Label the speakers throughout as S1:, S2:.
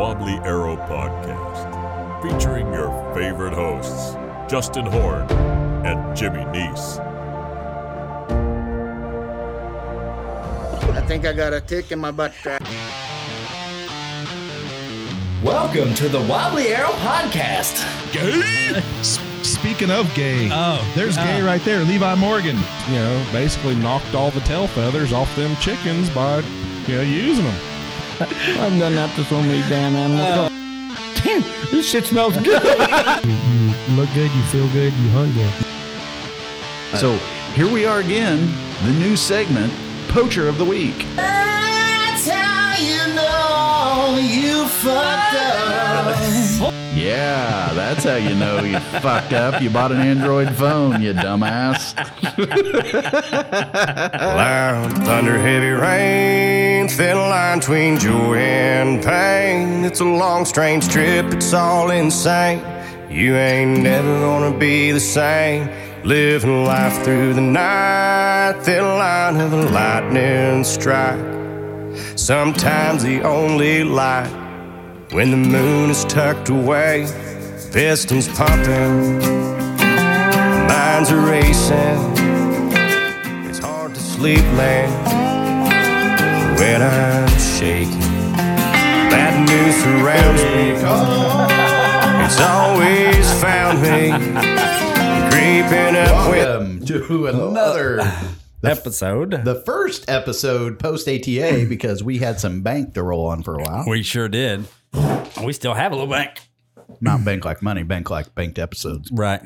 S1: Wobbly Arrow Podcast, featuring your favorite hosts, Justin Horn and Jimmy Neese.
S2: I think I got a tick in my butt crack.
S3: Welcome to the Wobbly Arrow Podcast.
S4: Speaking of gay, oh, there's gay right there. Levi Morgan, you know, basically knocked all the tail feathers off them chickens by, you know, using them.
S2: I've done that to so many damn animals. this shit smells good.
S5: look good, you feel good, you hunt good.
S6: So here we are again, the new segment, Poacher of the Week. Yeah, that's how you know you fucked up. You bought an Android phone, you dumbass.
S7: Loud thunder, heavy rain, thin line between joy and pain. It's a long, strange trip, it's all insane. You ain't never gonna be the same. Living life through the night, thin line of a lightning strike. Sometimes the only light when the moon is tucked away, pistons pumping, minds are racing. It's hard to sleep late when I'm shaking. That news surrounds me. It's always found me creeping up with.
S6: Welcome to another,
S3: Episode.
S6: the first episode post ATA because we had some bank to roll on for a while.
S3: We sure did. We still have a little bank.
S6: Not bank like money, bank like banked episodes.
S3: Right.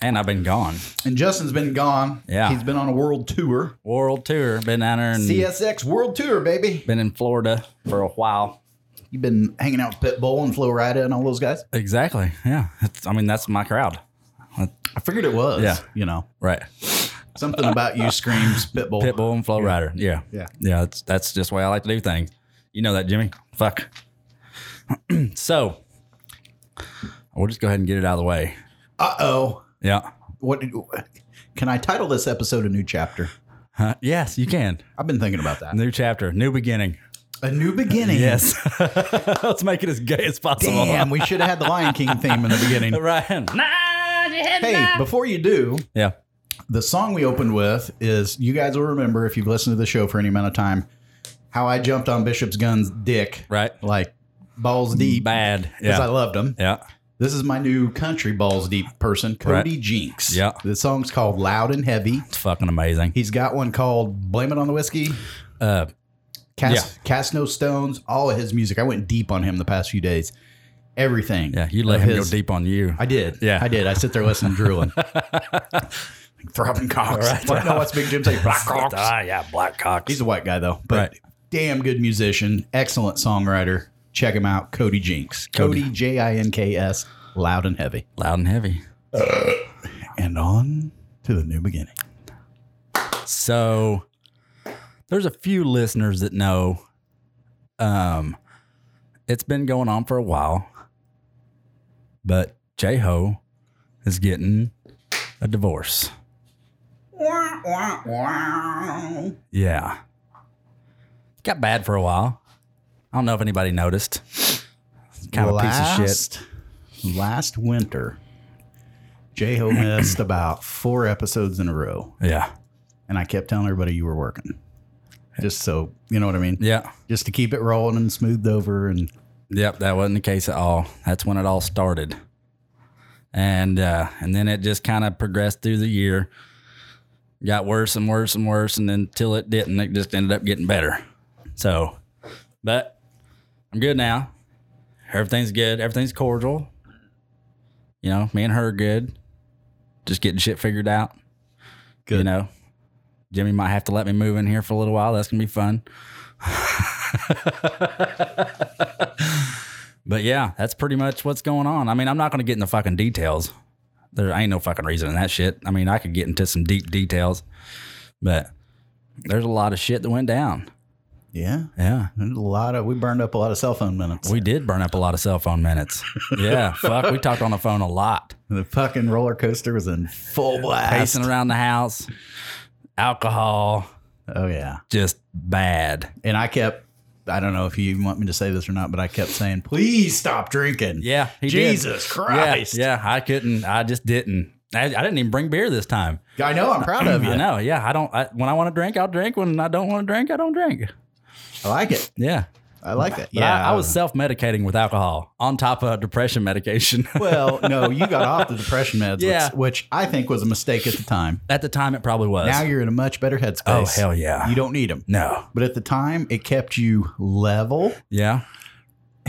S3: And I've been gone.
S6: And Justin's been gone.
S3: Yeah. Mm.
S6: He's been on a world tour.
S3: World tour. Been down there and
S6: CSX World Tour, baby.
S3: been in Florida for a while.
S6: You've been hanging out with Pitbull and Flo Rida and all those guys.
S3: Exactly. Yeah. It's, I mean, that's my crowd.
S6: I figured it was.
S3: Yeah.
S6: You know,
S3: Right.
S6: something about you screams Pitbull.
S3: Pitbull and Flow Rider. Yeah.
S6: Yeah.
S3: Yeah. That's, that's just the way I like to do things. You know that, Jimmy. Fuck. so we'll just go ahead and get it out of the way.
S6: Uh oh.
S3: Yeah.
S6: What did, can I title this episode a new chapter?
S3: Huh? yes, you can.
S6: I've been thinking about that.
S3: New chapter, new beginning.
S6: A new beginning.
S3: Yes. Let's make it as gay as possible.
S6: Damn, we should have had the Lion King theme in the beginning.
S3: Ryan.
S6: Hey, before you do,
S3: Yeah.
S6: the song we opened with is you guys will remember if you've listened to the show for any amount of time how I jumped on Bishop's Gun's dick.
S3: Right.
S6: Like balls deep.
S3: Bad.
S6: Because I
S3: Yeah.
S6: loved him.
S3: Yeah.
S6: This is my new country balls deep person, Cody
S3: Right.
S6: Jinks.
S3: Yeah.
S6: The song's called Loud and Heavy.
S3: It's fucking amazing.
S6: He's got one called Blame It on the Whiskey.
S3: Uh,
S6: Cast, Cast No Stones, all of his music. I went deep on him the past few days. Everything.
S3: yeah. You let
S6: of
S3: him
S6: his-
S3: go deep on you.
S6: I did.
S3: Yeah.
S6: I did. I sit there listening, drooling. Throbbing cocks. Like, no, what's Big Jim say? Black cocks.
S3: Ah, yeah. Black Cox.
S6: He's a white guy though, but
S3: Right.
S6: damn good musician, excellent songwriter. Check him out, Cody Jinks.
S3: Cody.
S6: Cody J I N K S, loud and heavy.
S3: Loud and heavy.
S6: And on to the new beginning.
S3: So there's a few listeners that know um it's been going on for a while. But J Ho is getting a divorce. Yeah. Got bad for a while. I don't know if anybody noticed. Kind of a piece of shit.
S6: shit. Last winter, J Ho missed about four episodes in a row,
S3: Yeah.
S6: and I kept telling everybody you were working, just so you know what I mean.
S3: Yeah.
S6: Just to keep it rolling and smoothed over, and
S3: Yep, that wasn't the case at all. That's when it all started. And uh, and then it just kind of progressed through the year. Got worse and worse and worse, and until it didn't, it just ended up getting better. So, but I'm good now. Everything's good. Everything's cordial. You know, me and her are good. Just getting shit figured out.
S6: good.
S3: You know, Jimmy might have to let me move in here for a little while. That's gonna be fun. but yeah, that's pretty much what's going on. I mean, I'm not gonna get into fucking details. There ain't no fucking reason in that shit. I mean, I could get into some deep details, but there's a lot of shit that went down.
S6: yeah,
S3: Yeah.
S6: a lot of we burned up a lot of cell phone minutes.
S3: We did burn up a lot of cell phone minutes. Yeah, fuck. We talked on the phone a lot.
S6: The fucking roller coaster was in full blast.
S3: Pacing around the house, alcohol,
S6: Oh yeah,
S3: just bad.
S6: and I kept I don't know if you even want me to say this or not, but I kept saying, please stop drinking.
S3: Yeah, he did.
S6: Jesus
S3: Yeah,
S6: Christ.
S3: Yeah, I couldn't. I just didn't. I, I didn't even bring beer this time.
S6: I know. I'm proud of you.
S3: I
S6: I,
S3: know. Yeah, I don't. I, when I want to drink, I'll drink. When I don't want to drink, I don't drink.
S6: like it.
S3: Yeah.
S6: I like it.
S3: But I, I was self medicating with alcohol on top of depression medication.
S6: well, no, you got off the depression meds,
S3: Yeah.
S6: which, which I think was a mistake at the time.
S3: At the time, it probably was.
S6: Now you're in a much better headspace.
S3: oh, hell yeah.
S6: You don't need them.
S3: no.
S6: But at the time, it kept you level.
S3: Yeah.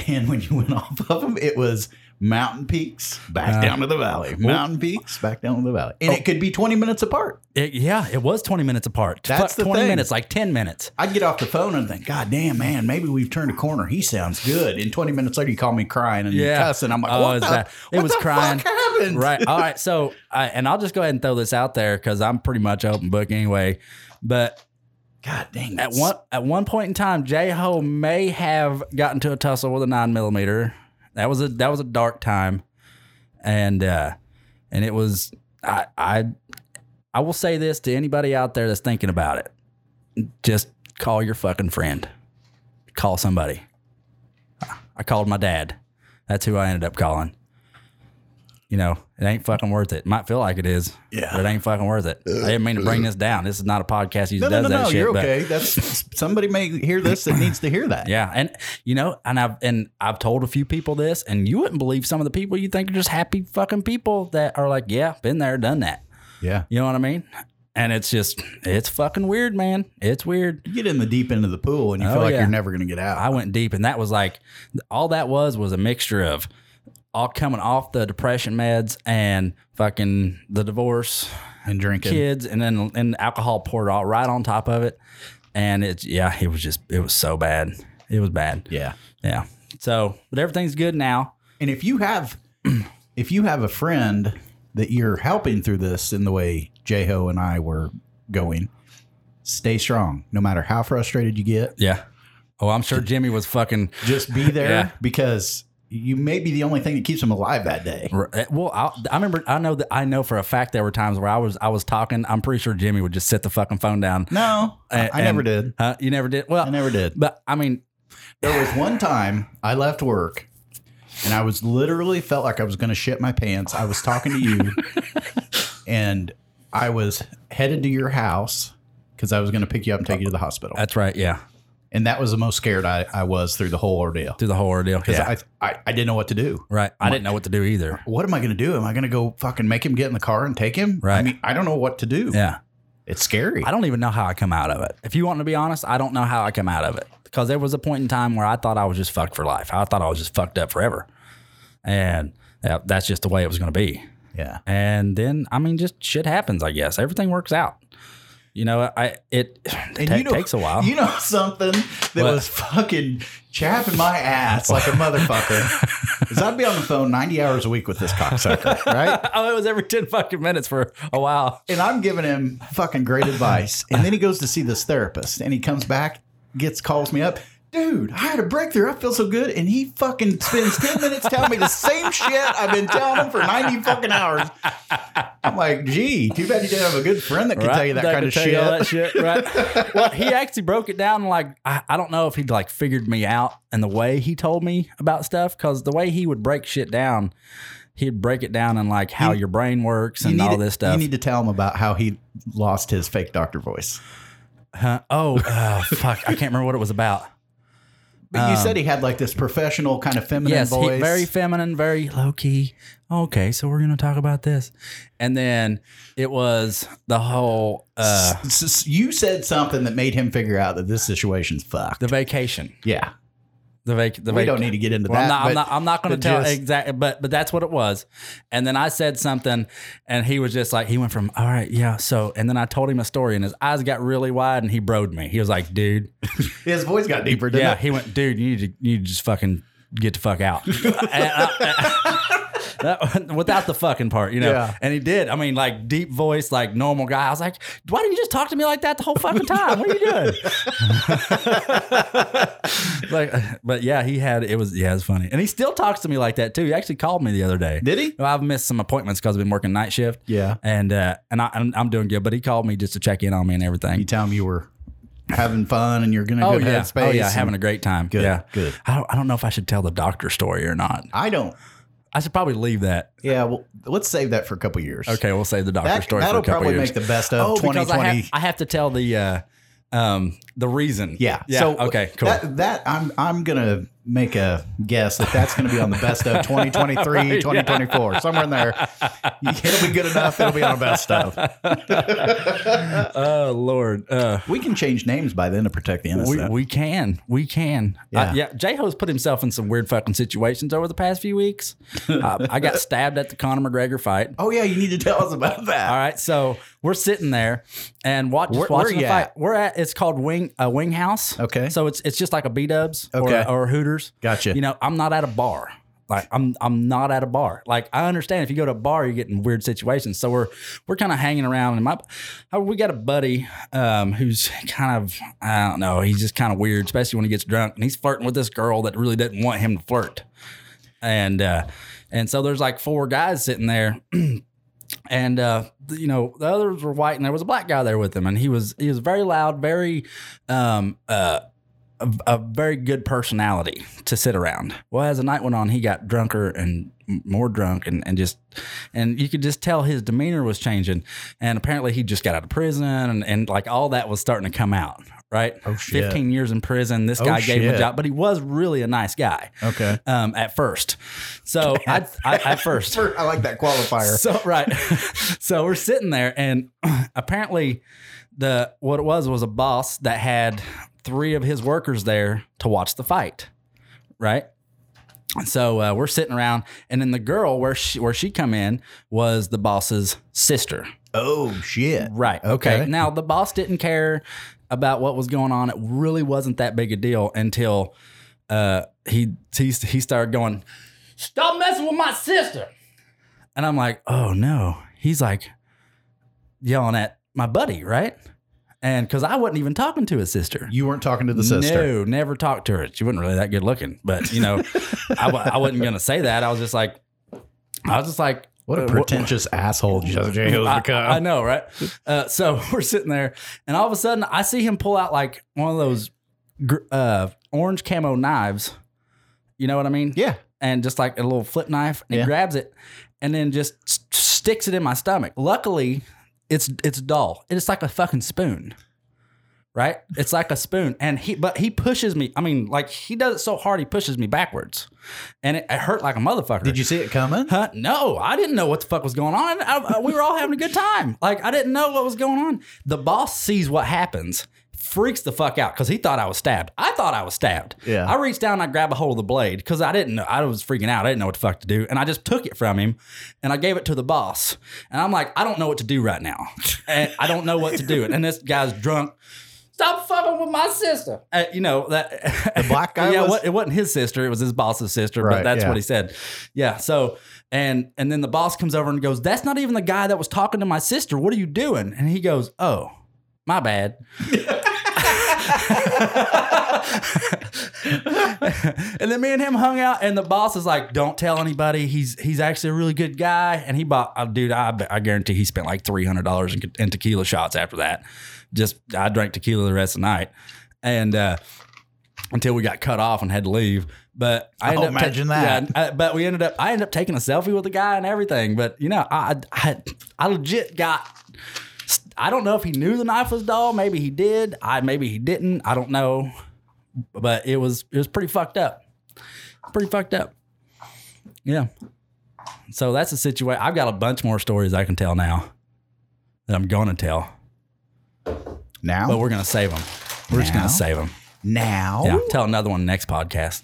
S6: And when you went off of them, it was mountain peaks back
S3: Uh,
S6: down to the valley, mountain peaks back down to the valley.
S3: Oh.
S6: And it could be 20 minutes apart.
S3: It, yeah, it was 20 minutes apart.
S6: That's
S3: Fuck,
S6: the
S3: 20
S6: thing.
S3: minutes, like 10 minutes.
S6: I'd get off the phone and think, God damn, man, maybe we've turned a corner. He sounds good. And 20 minutes later, you call me crying and
S3: Yeah.
S6: cussing. I'm like,
S3: Oh,
S6: what
S3: is
S6: the,
S3: that- it
S6: what
S3: was
S6: the
S3: crying.
S6: fuck happened?
S3: Right. All right. So, I, and I'll just go ahead and throw this out there because I'm pretty much open book anyway. But
S6: God dang.
S3: at
S6: that's-
S3: one at one point in time, J Ho may have gotten to a tussle with a nine millimeter. That was a that was a dark time, and uh, and it was I I I will say this to anybody out there that's thinking about it: just call your fucking friend, call somebody. I called my dad. That's who I ended up calling. You know, it ain't fucking worth it. Might feel like it is,
S6: Yeah.
S3: but it ain't fucking worth it. I didn't mean to bring this down. This is not a podcast usually
S6: No, no,
S3: does
S6: no,
S3: that
S6: no.
S3: shit.
S6: You're
S3: but-
S6: okay. That's somebody may hear this that needs to hear that.
S3: yeah, and you know, and I've and I've told a few people this, and you wouldn't believe some of the people you think are just happy fucking people that are like, yeah, been there, done that.
S6: Yeah.
S3: You know what I mean? And it's just, it's fucking weird, man. It's weird.
S6: You get in the deep end of the pool and you
S3: Oh,
S6: feel like
S3: yeah.
S6: you're never going to get out.
S3: I went deep, and that was like, all that was was a mixture of all coming off the depression meds and fucking the divorce,
S6: and drinking.
S3: kids, and then and alcohol poured all right on top of it. And it's yeah, it was just it was so bad. It was bad.
S6: Yeah.
S3: Yeah. So, but everything's good now.
S6: And if you have if you have a friend that you're helping through this in the way Jeho and I were going, stay strong. No matter how frustrated you get,
S3: Yeah. Oh, I'm sure Jimmy was fucking.
S6: just be there
S3: Yeah.
S6: because you may be the only thing that keeps them alive that day.
S3: eh, Well, I, I remember. I know that. I know for a fact there were times where I was. I was talking. I'm pretty sure Jimmy would just set the fucking phone down.
S6: No, I,
S3: And-
S6: I never
S3: and-
S6: did.
S3: Huh? You never did. Well,
S6: I never did.
S3: But I mean,
S6: There was one time I left work and I was literally felt like I was going to shit my pants. I was talking to you and I was headed to your house because I was going to pick you up and take you to the hospital.
S3: that's right. Yeah,
S6: And that was the most scared I, I was through the whole ordeal
S3: through the whole ordeal.
S6: because
S3: Yeah,
S6: I, I, I didn't know what to do.
S3: right. I didn't know what to do either.
S6: What am I going to do? Am I going to go fucking make him get in the car and take him? I
S3: Right.
S6: mean, I don't know what to do.
S3: Yeah,
S6: It's scary.
S3: I don't even know how I come out of it. If you want to be honest, I don't know how I come out of it because there was a point in time where I thought I was just fucked for life. I thought I was just fucked up forever, and uh, that's just the way it was going to be.
S6: yeah.
S3: and then I mean, just shit happens. I guess everything works out. You know, I it ta- takes a while.
S6: You know something that
S3: What?
S6: was fucking chapping my ass like a motherfucker is I'd be on the phone 90 hours a week with this cocksucker, right?
S3: oh, it was every ten fucking minutes for a while.
S6: And I'm giving him fucking great advice. And then he goes to see this therapist and he comes back, gets calls me up. Dude, I had a breakthrough. I feel so good. And he fucking spends 10 minutes telling me the same shit I've been telling him for 90 fucking hours. I'm like, gee, too bad you didn't have a good friend that could tell you that, kind
S3: could
S6: of
S3: tell
S6: shit.
S3: you all that shit, right? well, he actually broke it down like I, I don't know if he'd like figured me out and the way he told me about stuff because the way he would break shit down, he'd break it down in like how
S6: You-
S3: your brain works
S6: You
S3: and
S6: need
S3: all
S6: to-
S3: this stuff.
S6: You need to tell him about how he lost his fake doctor voice.
S3: huh? Oh, uh, fuck! I can't remember what it was about.
S6: But you said he had like this professional kind of feminine
S3: Um, yes, he-
S6: voice.
S3: very feminine, very low key. Okay, so we're gonna talk about this, and then it was the whole uh,
S6: S- s- you said something that made him figure out that this situation's fucked.
S3: the vacation.
S6: yeah,
S3: The vac. The
S6: we
S3: vac-
S6: don't need to get into
S3: Well, I'm
S6: that.
S3: not. I'm
S6: but
S3: not, I'm not going
S6: but
S3: to tell
S6: just-
S3: exactly, but but that's what it was. And then I said something, and he was just like, he went from all right, yeah. So, and then I told him a story, and his eyes got really wide, and he broed me. He was like, dude,
S6: his voice got deeper. Didn't
S3: yeah.
S6: it?
S3: He went, dude, you need to you need to just fucking get the fuck out. And I- that- without the fucking part, you know.
S6: Yeah.
S3: And he did. I mean, like deep voice, like normal guy. I was like, why didn't you just talk to me like that the whole fucking time? What are you doing? like, but yeah, he had it was yeah, it was funny, and he still talks to me like that too. He actually called me the other day.
S6: Did he?
S3: Well, I've missed some appointments because I've been working night shift.
S6: Yeah.
S3: and uh, and I, I'm, I'm doing good, but he called me just to check in on me and everything.
S6: You tell him you were having fun and you're going to
S3: Oh
S6: go to
S3: yeah,
S6: headspace.
S3: oh yeah,
S6: and-
S3: having a great time.
S6: Good,
S3: yeah,
S6: good.
S3: I don't, I don't know if I should tell the doctor story or not.
S6: I don't.
S3: I should probably leave that.
S6: Yeah, well, let's save that for a couple years.
S3: Okay, we'll save the doctor
S6: That,
S3: story for
S6: that'll
S3: a couple
S6: probably
S3: years.
S6: make the best of
S3: oh, because I
S6: 2020.
S3: have, I have to tell the uh, um, the reason.
S6: yeah.
S3: yeah.
S6: So
S3: okay, cool.
S6: That, that I'm I'm gonna make a guess that that's gonna be on the best of 2023, 2024, somewhere in there. It'll be good enough. It'll be on the best of.
S3: oh Lord, uh,
S6: We can change names by then to protect the innocent.
S3: we, we can, we can.
S6: Yeah.
S3: uh, yeah. J Ho's put himself in some weird fucking situations over the past few weeks. uh, I got stabbed at the Conor McGregor fight.
S6: oh yeah, you need to tell us about that.
S3: All right, so we're sitting there and watch,
S6: Where- where
S3: watching
S6: you
S3: the fight.
S6: at?
S3: We're at it's called Wing uh, Wing House.
S6: Okay.
S3: so it's it's just like a B Dubs
S6: Okay.
S3: or, or Hooters.
S6: Gotcha.
S3: You know, I'm not at a bar. Like I'm I'm not at a bar. Like I understand if you go to a bar, you get in weird situations. So we're we're kind of hanging around, and my uh, we got a buddy um, who's kind of I don't know. He's just kind of weird, especially when he gets drunk, and he's flirting with this girl that really doesn't want him to flirt and uh and so there's like four guys sitting there and uh th- you know the others were white and there was a black guy there with him and he was he was very loud very um uh a, a very good personality to sit around well as the night went on he got drunker and m- more drunk and, and just and you could just tell his demeanor was changing and apparently he just got out of prison and, and like all that was starting to come out right oh,
S6: shit.
S3: 15 years in prison this
S6: Oh,
S3: guy gave him a
S6: shit.
S3: job but he was really a nice guy
S6: Okay.
S3: um, at first. So I, I at first.
S6: I like that qualifier.
S3: So right. so we're sitting there and apparently the what it was was a boss that had three of his workers there to watch the fight. Right? So uh, we're sitting around and then the girl where she where she come in was the boss's sister.
S6: Oh shit.
S3: Right. Okay. Now the boss didn't care about what was going on. It really wasn't that big a deal until uh, he he he started going, "Stop messing with my sister," and I'm like, "Oh no!" He's like yelling at my buddy, right? And because I wasn't even talking to his sister.
S6: You weren't talking to the sister.
S3: No, never talked to her. She wasn't really that good looking, but you know, I, wa- I wasn't gonna say that. I was just like, I was just like,
S6: What a
S3: uh,
S6: pretentious asshole Joseph J. Hill's
S3: I,
S6: become.
S3: I know, right? Uh, so we're sitting there, and all of a sudden, I see him pull out like one of those gr- uh, orange camo knives. You know what I mean?
S6: yeah.
S3: And just like a little flip knife, and
S6: Yeah.
S3: he grabs it, and then just s- sticks it in my stomach. Luckily, it's it's dull. It's like a fucking spoon. Right? It's like a spoon. And he but he pushes me. I mean, like he does it so hard he pushes me backwards. And it, it hurt like a motherfucker.
S6: Did you see it coming?
S3: Huh? No, I didn't know what the fuck was going on. I, I- we were all having a good time. Like I didn't know what was going on. The boss sees what happens, freaks the fuck out because he thought I was stabbed. I thought I was stabbed.
S6: Yeah.
S3: I reached down, and I grabbed a hold of the blade because I didn't know. I was freaking out. I didn't know what the fuck to do, and I just took it from him, and I gave it to the boss. And I'm like, I don't know what to do right now. and I don't know what to do. And this guy's drunk. Stop fucking with my sister. Uh, you know that the
S6: black guy
S3: yeah,
S6: was-
S3: what, it wasn't his sister. It was his boss's sister.
S6: Right,
S3: but that's
S6: yeah.
S3: what he said. Yeah. So and and then the boss comes over and goes, "That's not even the guy that was talking to my sister. What are you doing?" And he goes, "Oh, my bad." and then me and him hung out, and the boss is like, "Don't tell anybody. He's he's actually a really good guy." And he bought, uh, dude, I, bet- I guarantee he spent like three hundred dollars in, in tequila shots after that. Just I drank tequila the rest of the night, and uh, until we got cut off and had to leave. But I
S6: Oh,
S3: ended up ta-
S6: imagine that.
S3: Yeah, I- but we ended up. I ended up taking a selfie with the guy and everything. But you know, I I, I legit got I don't know if he knew the knife was dull. Maybe he did. I maybe he didn't. I don't know. But it was it was pretty fucked up. Pretty fucked up. Yeah. So that's the situation. I've got a bunch more stories I can tell now that I'm gonna tell,
S6: Now?
S3: but we're gonna save them. We're just
S6: Now?
S3: gonna save them.
S6: now?
S3: Yeah. Tell another one next podcast.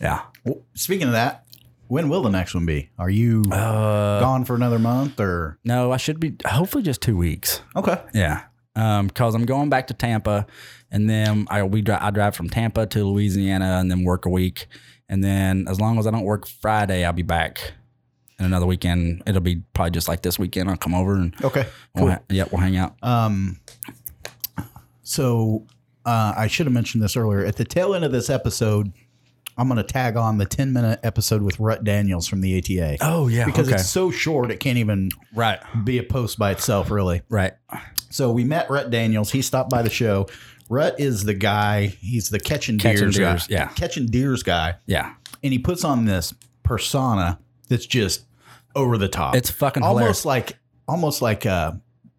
S3: Yeah.
S6: Well, Speaking of that, when will the next one be? Are you
S3: Uh,
S6: gone for another month or?
S3: No, I should be hopefully just two weeks.
S6: Okay.
S3: Yeah. Um, cause I'm going back to Tampa and then I, we drive, I drive from Tampa to Louisiana and then work a week. And then as long as I don't work Friday, I'll be back in another weekend. It'll be probably just like this weekend. I'll come over and
S6: Okay.
S3: we'll, ha- yeah, we'll hang out.
S6: Um, so uh, I should have mentioned this earlier. At the tail end of this episode, I'm going to tag on the 10 minute episode with Rut Daniels from the ATA.
S3: oh yeah.
S6: because
S3: okay.
S6: it's so short, it can't even
S3: right.
S6: be a post by itself, really.
S3: Right.
S6: So we met Rut Daniels. He stopped by the show. Rut is the guy. He's the catching
S3: Catching
S6: deers,
S3: deers,
S6: guy.
S3: yeah.
S6: catching deers guy,
S3: Yeah.
S6: and he puts on this persona that's just over the top.
S3: It's fucking
S6: almost
S3: hilarious.
S6: like almost like uh,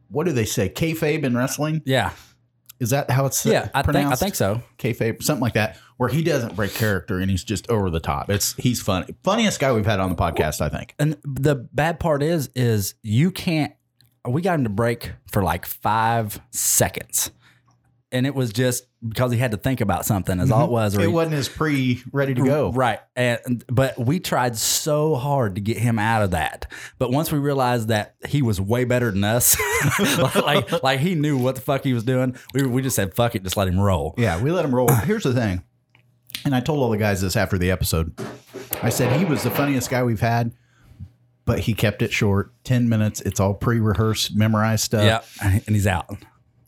S6: what do they say? Kayfabe in wrestling
S3: Yeah.
S6: is that how it's uh,
S3: Yeah. I think I
S6: pronounced?
S3: think so.
S6: kayfabe, something like that, where he doesn't break character and he's just over the top. It's he's funny, funniest guy we've had on the podcast, I think.
S3: And the bad part is, is you can't. We got him to break for like five seconds, and it was just because he had to think about something. Is all it was. or
S6: Mm-hmm. It
S3: he-
S6: wasn't his pre ready to go.
S3: Right. And but we tried so hard to get him out of that. But once we realized that he was way better than us, like, like like he knew what the fuck he was doing, we we just said fuck it, just let him roll.
S6: Yeah, we let him roll. Here's the thing, and I told all the guys this after the episode. I said he was the funniest guy we've had, but he kept it short, ten minutes. It's all pre-rehearsed, memorized stuff.
S3: Yeah. And he's out.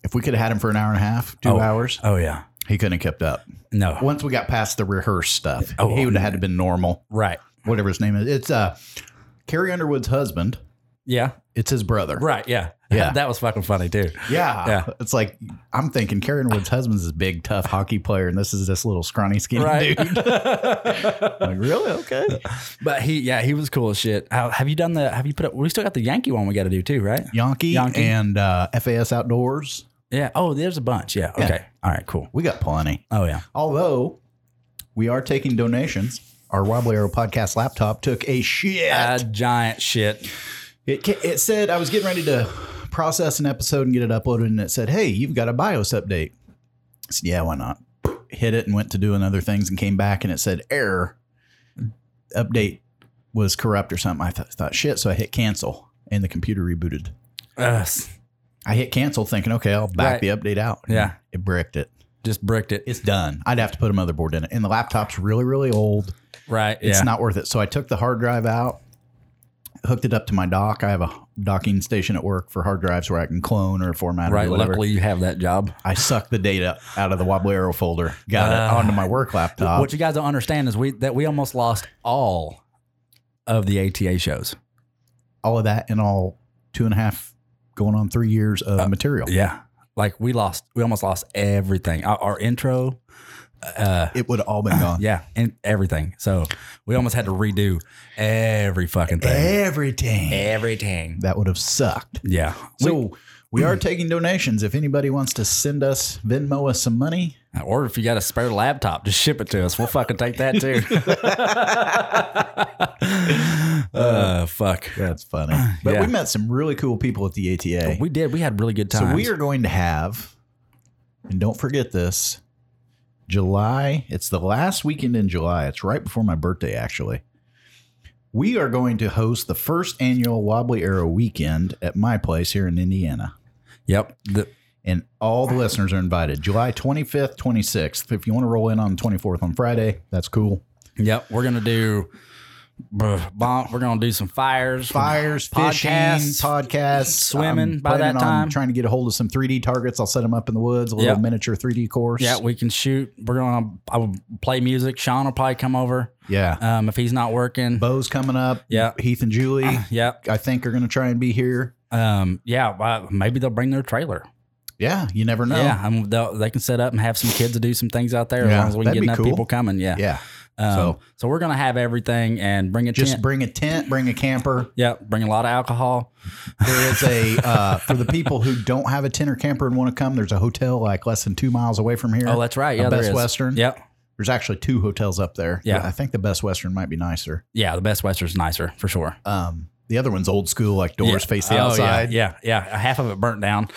S6: If we could have had him for an hour and a half, two
S3: Oh.
S6: hours,
S3: Oh yeah.
S6: he couldn't have kept up.
S3: No.
S6: Once we got past the rehearsed stuff,
S3: Oh,
S6: he would have had to been normal,
S3: Right.
S6: whatever his name is. It's uh, Carrie Underwood's husband.
S3: Yeah.
S6: It's his brother.
S3: Right. Yeah.
S6: Yeah.
S3: that was fucking funny too.
S6: Yeah.
S3: Yeah.
S6: It's like I'm thinking Karen Wood's husband's this big tough hockey player, and this is this little scrawny skinny
S3: Right.
S6: dude. like, really? Okay.
S3: But he yeah, he was cool as shit. How, have you done the have you put up we still got the Yankee one we gotta do too, right?
S6: Yankee,
S3: Yankee.
S6: and uh, FAS Outdoors.
S3: Yeah. Oh, there's a bunch. Yeah. Okay. All right, cool.
S6: We got plenty.
S3: Oh yeah.
S6: Although we are taking donations. Our Wobbly Arrow podcast laptop took a shit.
S3: A Uh, giant shit.
S6: It, ca- it said I was getting ready to process an episode and get it uploaded, and it said, "Hey, you've got a BIOS update." I said, "Yeah, why not?" Hit it and went to doing other things and came back, and it said, "Error, update was corrupt or something." I th- thought, "Shit!" So I hit cancel, and the computer rebooted.
S3: Ugh.
S6: I hit cancel, thinking, "Okay, I'll
S3: Right.
S6: back the update out."
S3: Yeah.
S6: it bricked it.
S3: Just bricked it.
S6: It's done. I'd have to put a motherboard in it, and the laptop's really, really old.
S3: Right.
S6: It's
S3: yeah.
S6: not worth it. So I took the hard drive out, hooked it up to my dock. I have a docking station at work for hard drives where I can clone or format.
S3: Right.
S6: Or whatever.
S3: Luckily, you have that job.
S6: I sucked the data out of the Wobbly Arrow folder, got it
S3: Uh,
S6: onto my work laptop.
S3: what you guys don't understand is we that we almost lost all of the ATA shows.
S6: all of that in all two and a half, going on three years of material.
S3: Uh, Yeah, like we lost, we almost lost everything. Our, our intro,
S6: It would have all been gone.
S3: Ah, yeah, and everything. So we almost had to redo every fucking thing.
S6: Everything.
S3: Eh. Everything.
S6: That would have sucked.
S3: Yeah.
S6: So we are taking donations. If anybody wants to send us Venmo us some money,
S3: Or if you got a spare laptop, just ship it to us. We'll fucking take that too. uh, fuck.
S6: that's funny. But we
S3: Yeah.
S6: met some really cool people at the ATA.
S3: We did. We had really good times.
S6: So we are going to have, and don't forget this, July. It's the last weekend in July. It's right before my birthday, actually. We are going to host the first annual Wobbly Arrow weekend at my place here in Indiana.
S3: Yep. The-
S6: And all the listeners are invited. July 25th, 26th. If you want to roll in on the 24th on Friday, that's cool.
S3: Yep, we're gonna do. bruh, bon- We're gonna do some fires,
S6: Fires, fishing,
S3: Podcasts.
S6: podcasts,
S3: Swimming
S6: I'm
S3: by that
S6: planning on
S3: time.
S6: Trying to get a hold of some 3D targets. I'll set them up in the woods, a little
S3: Yep.
S6: miniature 3D course.
S3: Yeah, we can shoot. We're gonna. I will play music. Sean will probably come over
S6: Yeah.
S3: um, if he's not working.
S6: Bo's coming up.
S3: Yeah.
S6: Heath and Julie,
S3: yep.
S6: I think, are going to try and be here.
S3: Um. Yeah. well, Maybe they'll bring their trailer.
S6: Yeah. You never know.
S3: Yeah. Um, they'll- they can set up and have some kids to do some things out there as
S6: Yeah,
S3: long as we can
S6: that'd
S3: get
S6: be
S3: enough
S6: cool.
S3: people coming. Yeah.
S6: Yeah.
S3: Um,
S6: so-
S3: so we're gonna have everything and bring a
S6: Just
S3: tent.
S6: bring a tent, bring a camper.
S3: yeah. Bring a lot of alcohol.
S6: There is a, uh, for the people who don't have a tent or camper and want to come, there's a hotel like less than two miles away from here.
S3: Oh, that's right.
S6: A
S3: Yeah. there
S6: Best
S3: is.
S6: Western.
S3: Yep.
S6: There's actually two hotels up there.
S3: Yeah.
S6: But I think the Best Western might be nicer.
S3: Yeah. The best Western's nicer for sure.
S6: Um, the other one's old school, like doors
S3: Yeah.
S6: face the
S3: Oh, yeah.
S6: outside.
S3: Yeah, yeah, Half of it burnt down.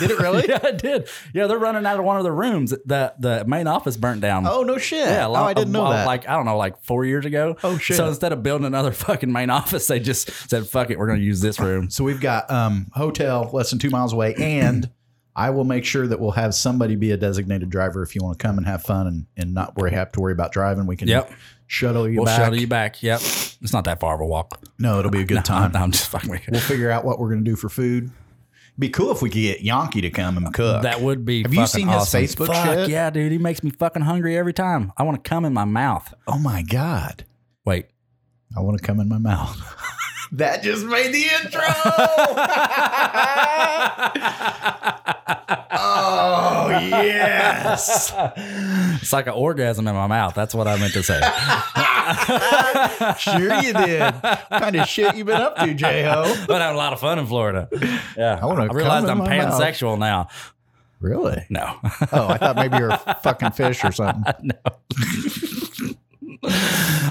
S3: Did it really? yeah, it did. Yeah, they're running out of one of the rooms. The the main office burnt down.
S6: Oh, no shit.
S3: Yeah,
S6: oh, I didn't know that.
S3: Like I don't know, like four years ago.
S6: Oh, shit.
S3: So instead of building another fucking main office, they just said, "Fuck it, we're gonna use this room."
S6: So we've got um, hotel less than two miles away, and I will make sure that we'll have somebody be a designated driver if you want to come and have fun and, and not worry have to worry about driving. We can
S3: Yep.
S6: shuttle you
S3: we'll
S6: back.
S3: shuttle you back. Yep, it's not that far of a walk.
S6: No, it'll be a good time.
S3: No, I'm just fucking. with you.
S6: We'll figure out what we're gonna do for food. Be cool if we could get Yankee to come and cook.
S3: That would be.
S6: Have you
S3: fucking
S6: seen his
S3: awesome.
S6: Facebook
S3: Fuck,
S6: shit?
S3: Yeah, dude, he makes me fucking hungry every time. I want to come in my mouth.
S6: oh my god,
S3: Wait.
S6: I want to come in my mouth. that just made the intro. oh, Yes.
S3: It's like an orgasm in my mouth. That's what I meant to say.
S6: sure you did. What kind of shit you been up to, J Ho?
S3: but I had a lot of fun in Florida. Yeah. I,
S6: wanna
S3: realized
S6: come
S3: I'm
S6: in my mouth.
S3: pansexual now.
S6: Really?
S3: No.
S6: Oh, I thought maybe you were a fucking fish or something.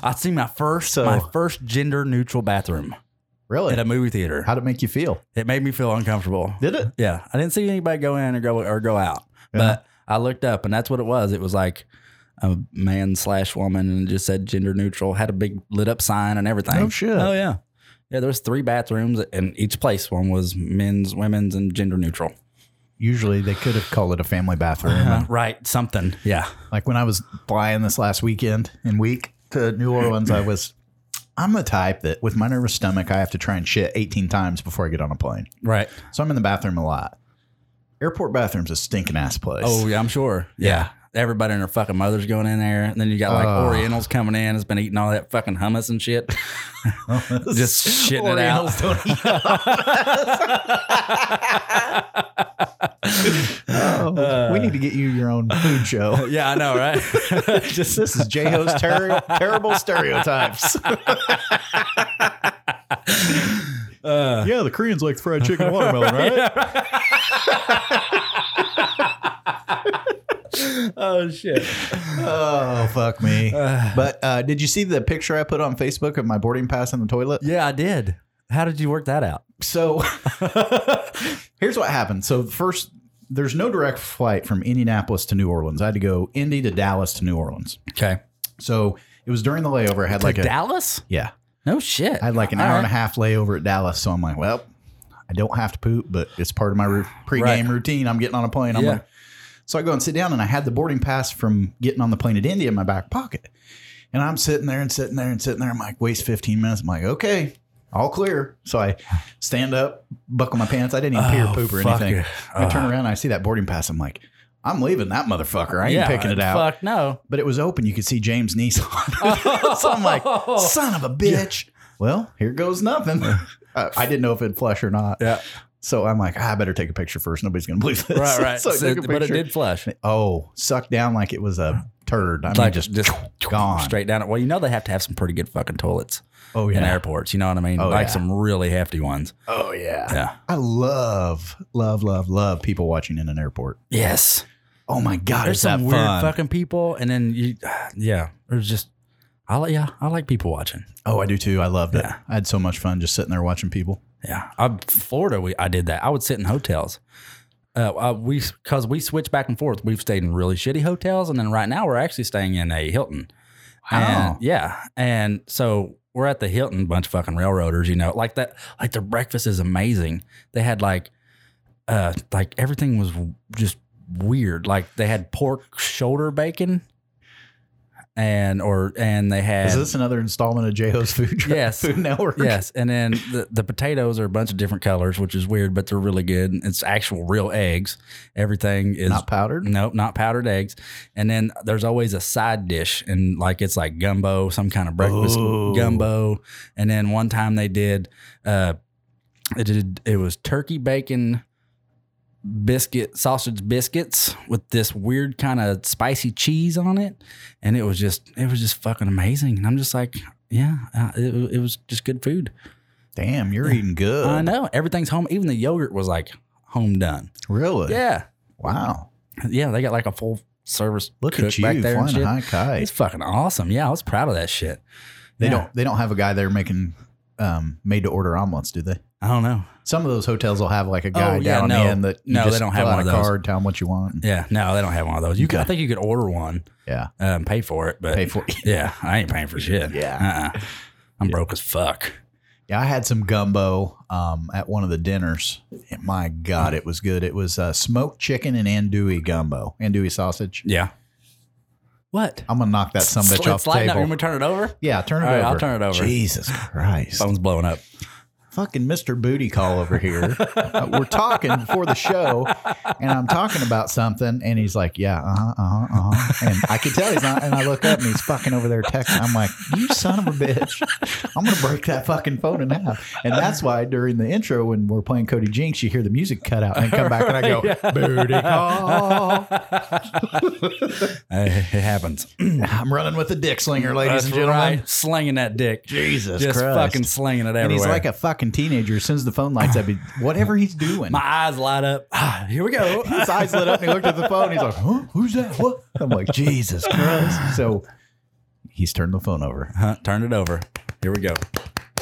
S3: I see my first
S6: So-
S3: my first gender neutral bathroom
S6: Really?
S3: at a movie theater.
S6: How'd it make you feel?
S3: It made me feel uncomfortable.
S6: Did it?
S3: Yeah, I didn't see anybody go in or go or go out, but I looked up and that's what it was. It was like a man slash woman and it just said gender neutral. Had a big lit up sign and everything.
S6: No shit.
S3: Oh yeah, yeah. There was three bathrooms and each place one was men's, women's, and gender neutral.
S6: Usually they could have called it a family bathroom.
S3: Uh-huh. Right, something. Yeah.
S6: Like when I was flying this last weekend and week to New Orleans, I was. I'm the type that with my nervous stomach, I have to try and shit 18 times before I get on a plane.
S3: Right.
S6: So I'm in the bathroom a lot. Airport bathroom's a stinking ass place.
S3: Oh yeah, I'm sure. Yeah. Everybody and their fucking mother's going in there, and then you got like Orientals coming in, has been eating all that fucking hummus and shit, just shitting it out.
S6: Orientals don't eat oh, we need to get you your own food show.
S3: Yeah, I know, right? just
S6: This is J Ho's ter- terrible stereotypes. yeah, the Koreans like fried chicken and watermelon, right?
S3: oh shit.
S6: Oh fuck me! but uh, did you see the picture I put on Facebook of my boarding pass in the toilet?
S3: Yeah, I did. How did you work that out?
S6: So here's what happened. So first, there's no direct flight from Indianapolis to New Orleans. I had to go Indy to Dallas to New Orleans.
S3: Okay.
S6: So it was during the layover. I had like a
S3: Dallas?
S6: yeah,
S3: No shit.
S6: I had like an
S3: All
S6: hour and a
S3: right.
S6: half layover at Dallas. So I'm like, well, I don't have to poop, but it's part of my ru- pregame
S3: Right.
S6: routine. I'm getting on a plane. I'm
S3: Yeah.
S6: like, so I go and sit down, and I had the boarding pass from getting on the plane at India in my back pocket. And I'm sitting there and sitting there and sitting there. I'm like, waste 15 minutes. I'm like, okay, all clear. So I stand up, buckle my pants. I didn't even pee or
S3: Oh,
S6: poop or
S3: fuck
S6: anything.
S3: it.
S6: I turn around and I see that boarding pass. I'm like, I'm leaving that motherfucker. I ain't
S3: Yeah,
S6: picking it out
S3: Fuck no.
S6: but it was open. You could see James Neeson. so I'm like,
S3: Oh.
S6: son of a bitch. Well, here goes nothing. Uh, I didn't know if it'd flush or not.
S3: Yeah.
S6: So I'm like, I better take a picture first. Nobody's gonna believe this.
S3: Right, right.
S6: so I
S3: So-
S6: took a
S3: but it
S6: picture.
S3: did flush.
S6: Oh, sucked down like it was a turd. I mean,
S3: Like
S6: just,
S3: just
S6: gone.
S3: straight down. it. Well, you know they have to have some pretty good fucking toilets
S6: Oh
S3: in
S6: yeah.
S3: airports. You know what I mean?
S6: Oh,
S3: like
S6: yeah.
S3: some really hefty ones.
S6: Oh yeah.
S3: Yeah.
S6: I love, love, love, love people watching in an airport.
S3: Yes.
S6: Oh my god,
S3: There's
S6: is that
S3: some weird
S6: fun?
S3: fucking people, and then you, yeah. There's just, I like yeah, I like people watching.
S6: oh, I do too. I loved it.
S3: Yeah.
S6: I had so much fun just sitting there watching people.
S3: Yeah, I, Florida. We I did that. I would sit in hotels. Uh, I, we because we switch back and forth. We've stayed in really shitty hotels, and then right now we're actually staying in a Hilton.
S6: Wow.
S3: And, yeah, and so we're at the Hilton, bunch of fucking railroaders. You know, like that. Like their breakfast is amazing. They had like, uh, like everything was just weird. Like they had pork shoulder bacon, and or and they had
S6: Is this another installment of J-Ho's Food,
S3: Yes.
S6: food Network?
S3: Yes, and then the, the potatoes are a bunch of different colors, which is weird, but they're really good. It's actual real eggs. Everything is
S6: Not powdered?
S3: Nope, not powdered eggs. And then there's always a side dish, and like it's like gumbo, some kind of breakfast
S6: Ooh.
S3: gumbo. And then one time they did, uh, it did it was turkey bacon biscuit sausage biscuits with this weird kind of spicy cheese on it and it was just it was just fucking amazing and i'm just like yeah uh, it, it was just good food
S6: Damn, you're eating good.
S3: i know everything's home even the yogurt was like home done
S6: Really?
S3: yeah
S6: Wow.
S3: yeah they got like a full service
S6: Look
S3: cook
S6: at you
S3: back
S6: flying
S3: there and
S6: a
S3: shit.
S6: high kite.
S3: it's fucking awesome yeah i was proud of that shit
S6: they
S3: Yeah.
S6: don't. They don't have a guy there making um, made to order omelets, do they?
S3: i don't know
S6: Some of those hotels will have like a guy
S3: Oh, yeah,
S6: down
S3: no.
S6: the end that you
S3: No, they
S6: just
S3: don't
S6: fill
S3: have
S6: out
S3: one of
S6: a
S3: those.
S6: card, tell them what you want.
S3: yeah no they don't have one of those you could, i
S6: Okay.
S3: think you could order one
S6: Yeah,
S3: uh, and pay for it but
S6: pay for it.
S3: yeah i ain't paying for shit
S6: Yeah.
S3: uh-uh. i'm broke as fuck
S6: Yeah, I had some gumbo um, at one of the dinners. And my God, it was good. It was uh, smoked chicken and andouille gumbo, andouille sausage.
S3: Yeah. What?
S6: I'm gonna knock that some bitch off the
S3: lighting Up. You
S6: table.
S3: want me to turn it over?
S6: Yeah, turn it
S3: All right,
S6: over.
S3: I'll turn it over.
S6: Jesus Christ.
S3: Phone's blowing up.
S6: fucking Mr. Booty Call over here. Uh, we're talking before the show, and I'm talking about something, and he's like, "Yeah, uh huh, uh huh, uh huh," and I can tell he's not. And I look up, and he's fucking over there texting. I'm like, "You son of a bitch! I'm gonna break that fucking phone in half." And that's why during the intro, when we're playing Cody Jinks, you hear the music cut out, and come back, and I go, "Booty Call."
S3: Uh, it happens.
S6: I'm running with a dick slinger, ladies
S3: That's
S6: and gentlemen.
S3: right. Slinging that dick.
S6: Jesus
S3: Just
S6: Christ.
S3: fucking slinging it everywhere.
S6: And he's like a fucking teenager. As soon as the phone lights up, he, whatever he's doing,
S3: My eyes light up. Ah, here we go.
S6: his eyes lit up and he looked at the phone. He's like, huh? Who's that? What? I'm like, Jesus Christ. So he's turned the phone over.
S3: Huh, turned it over. Here we go.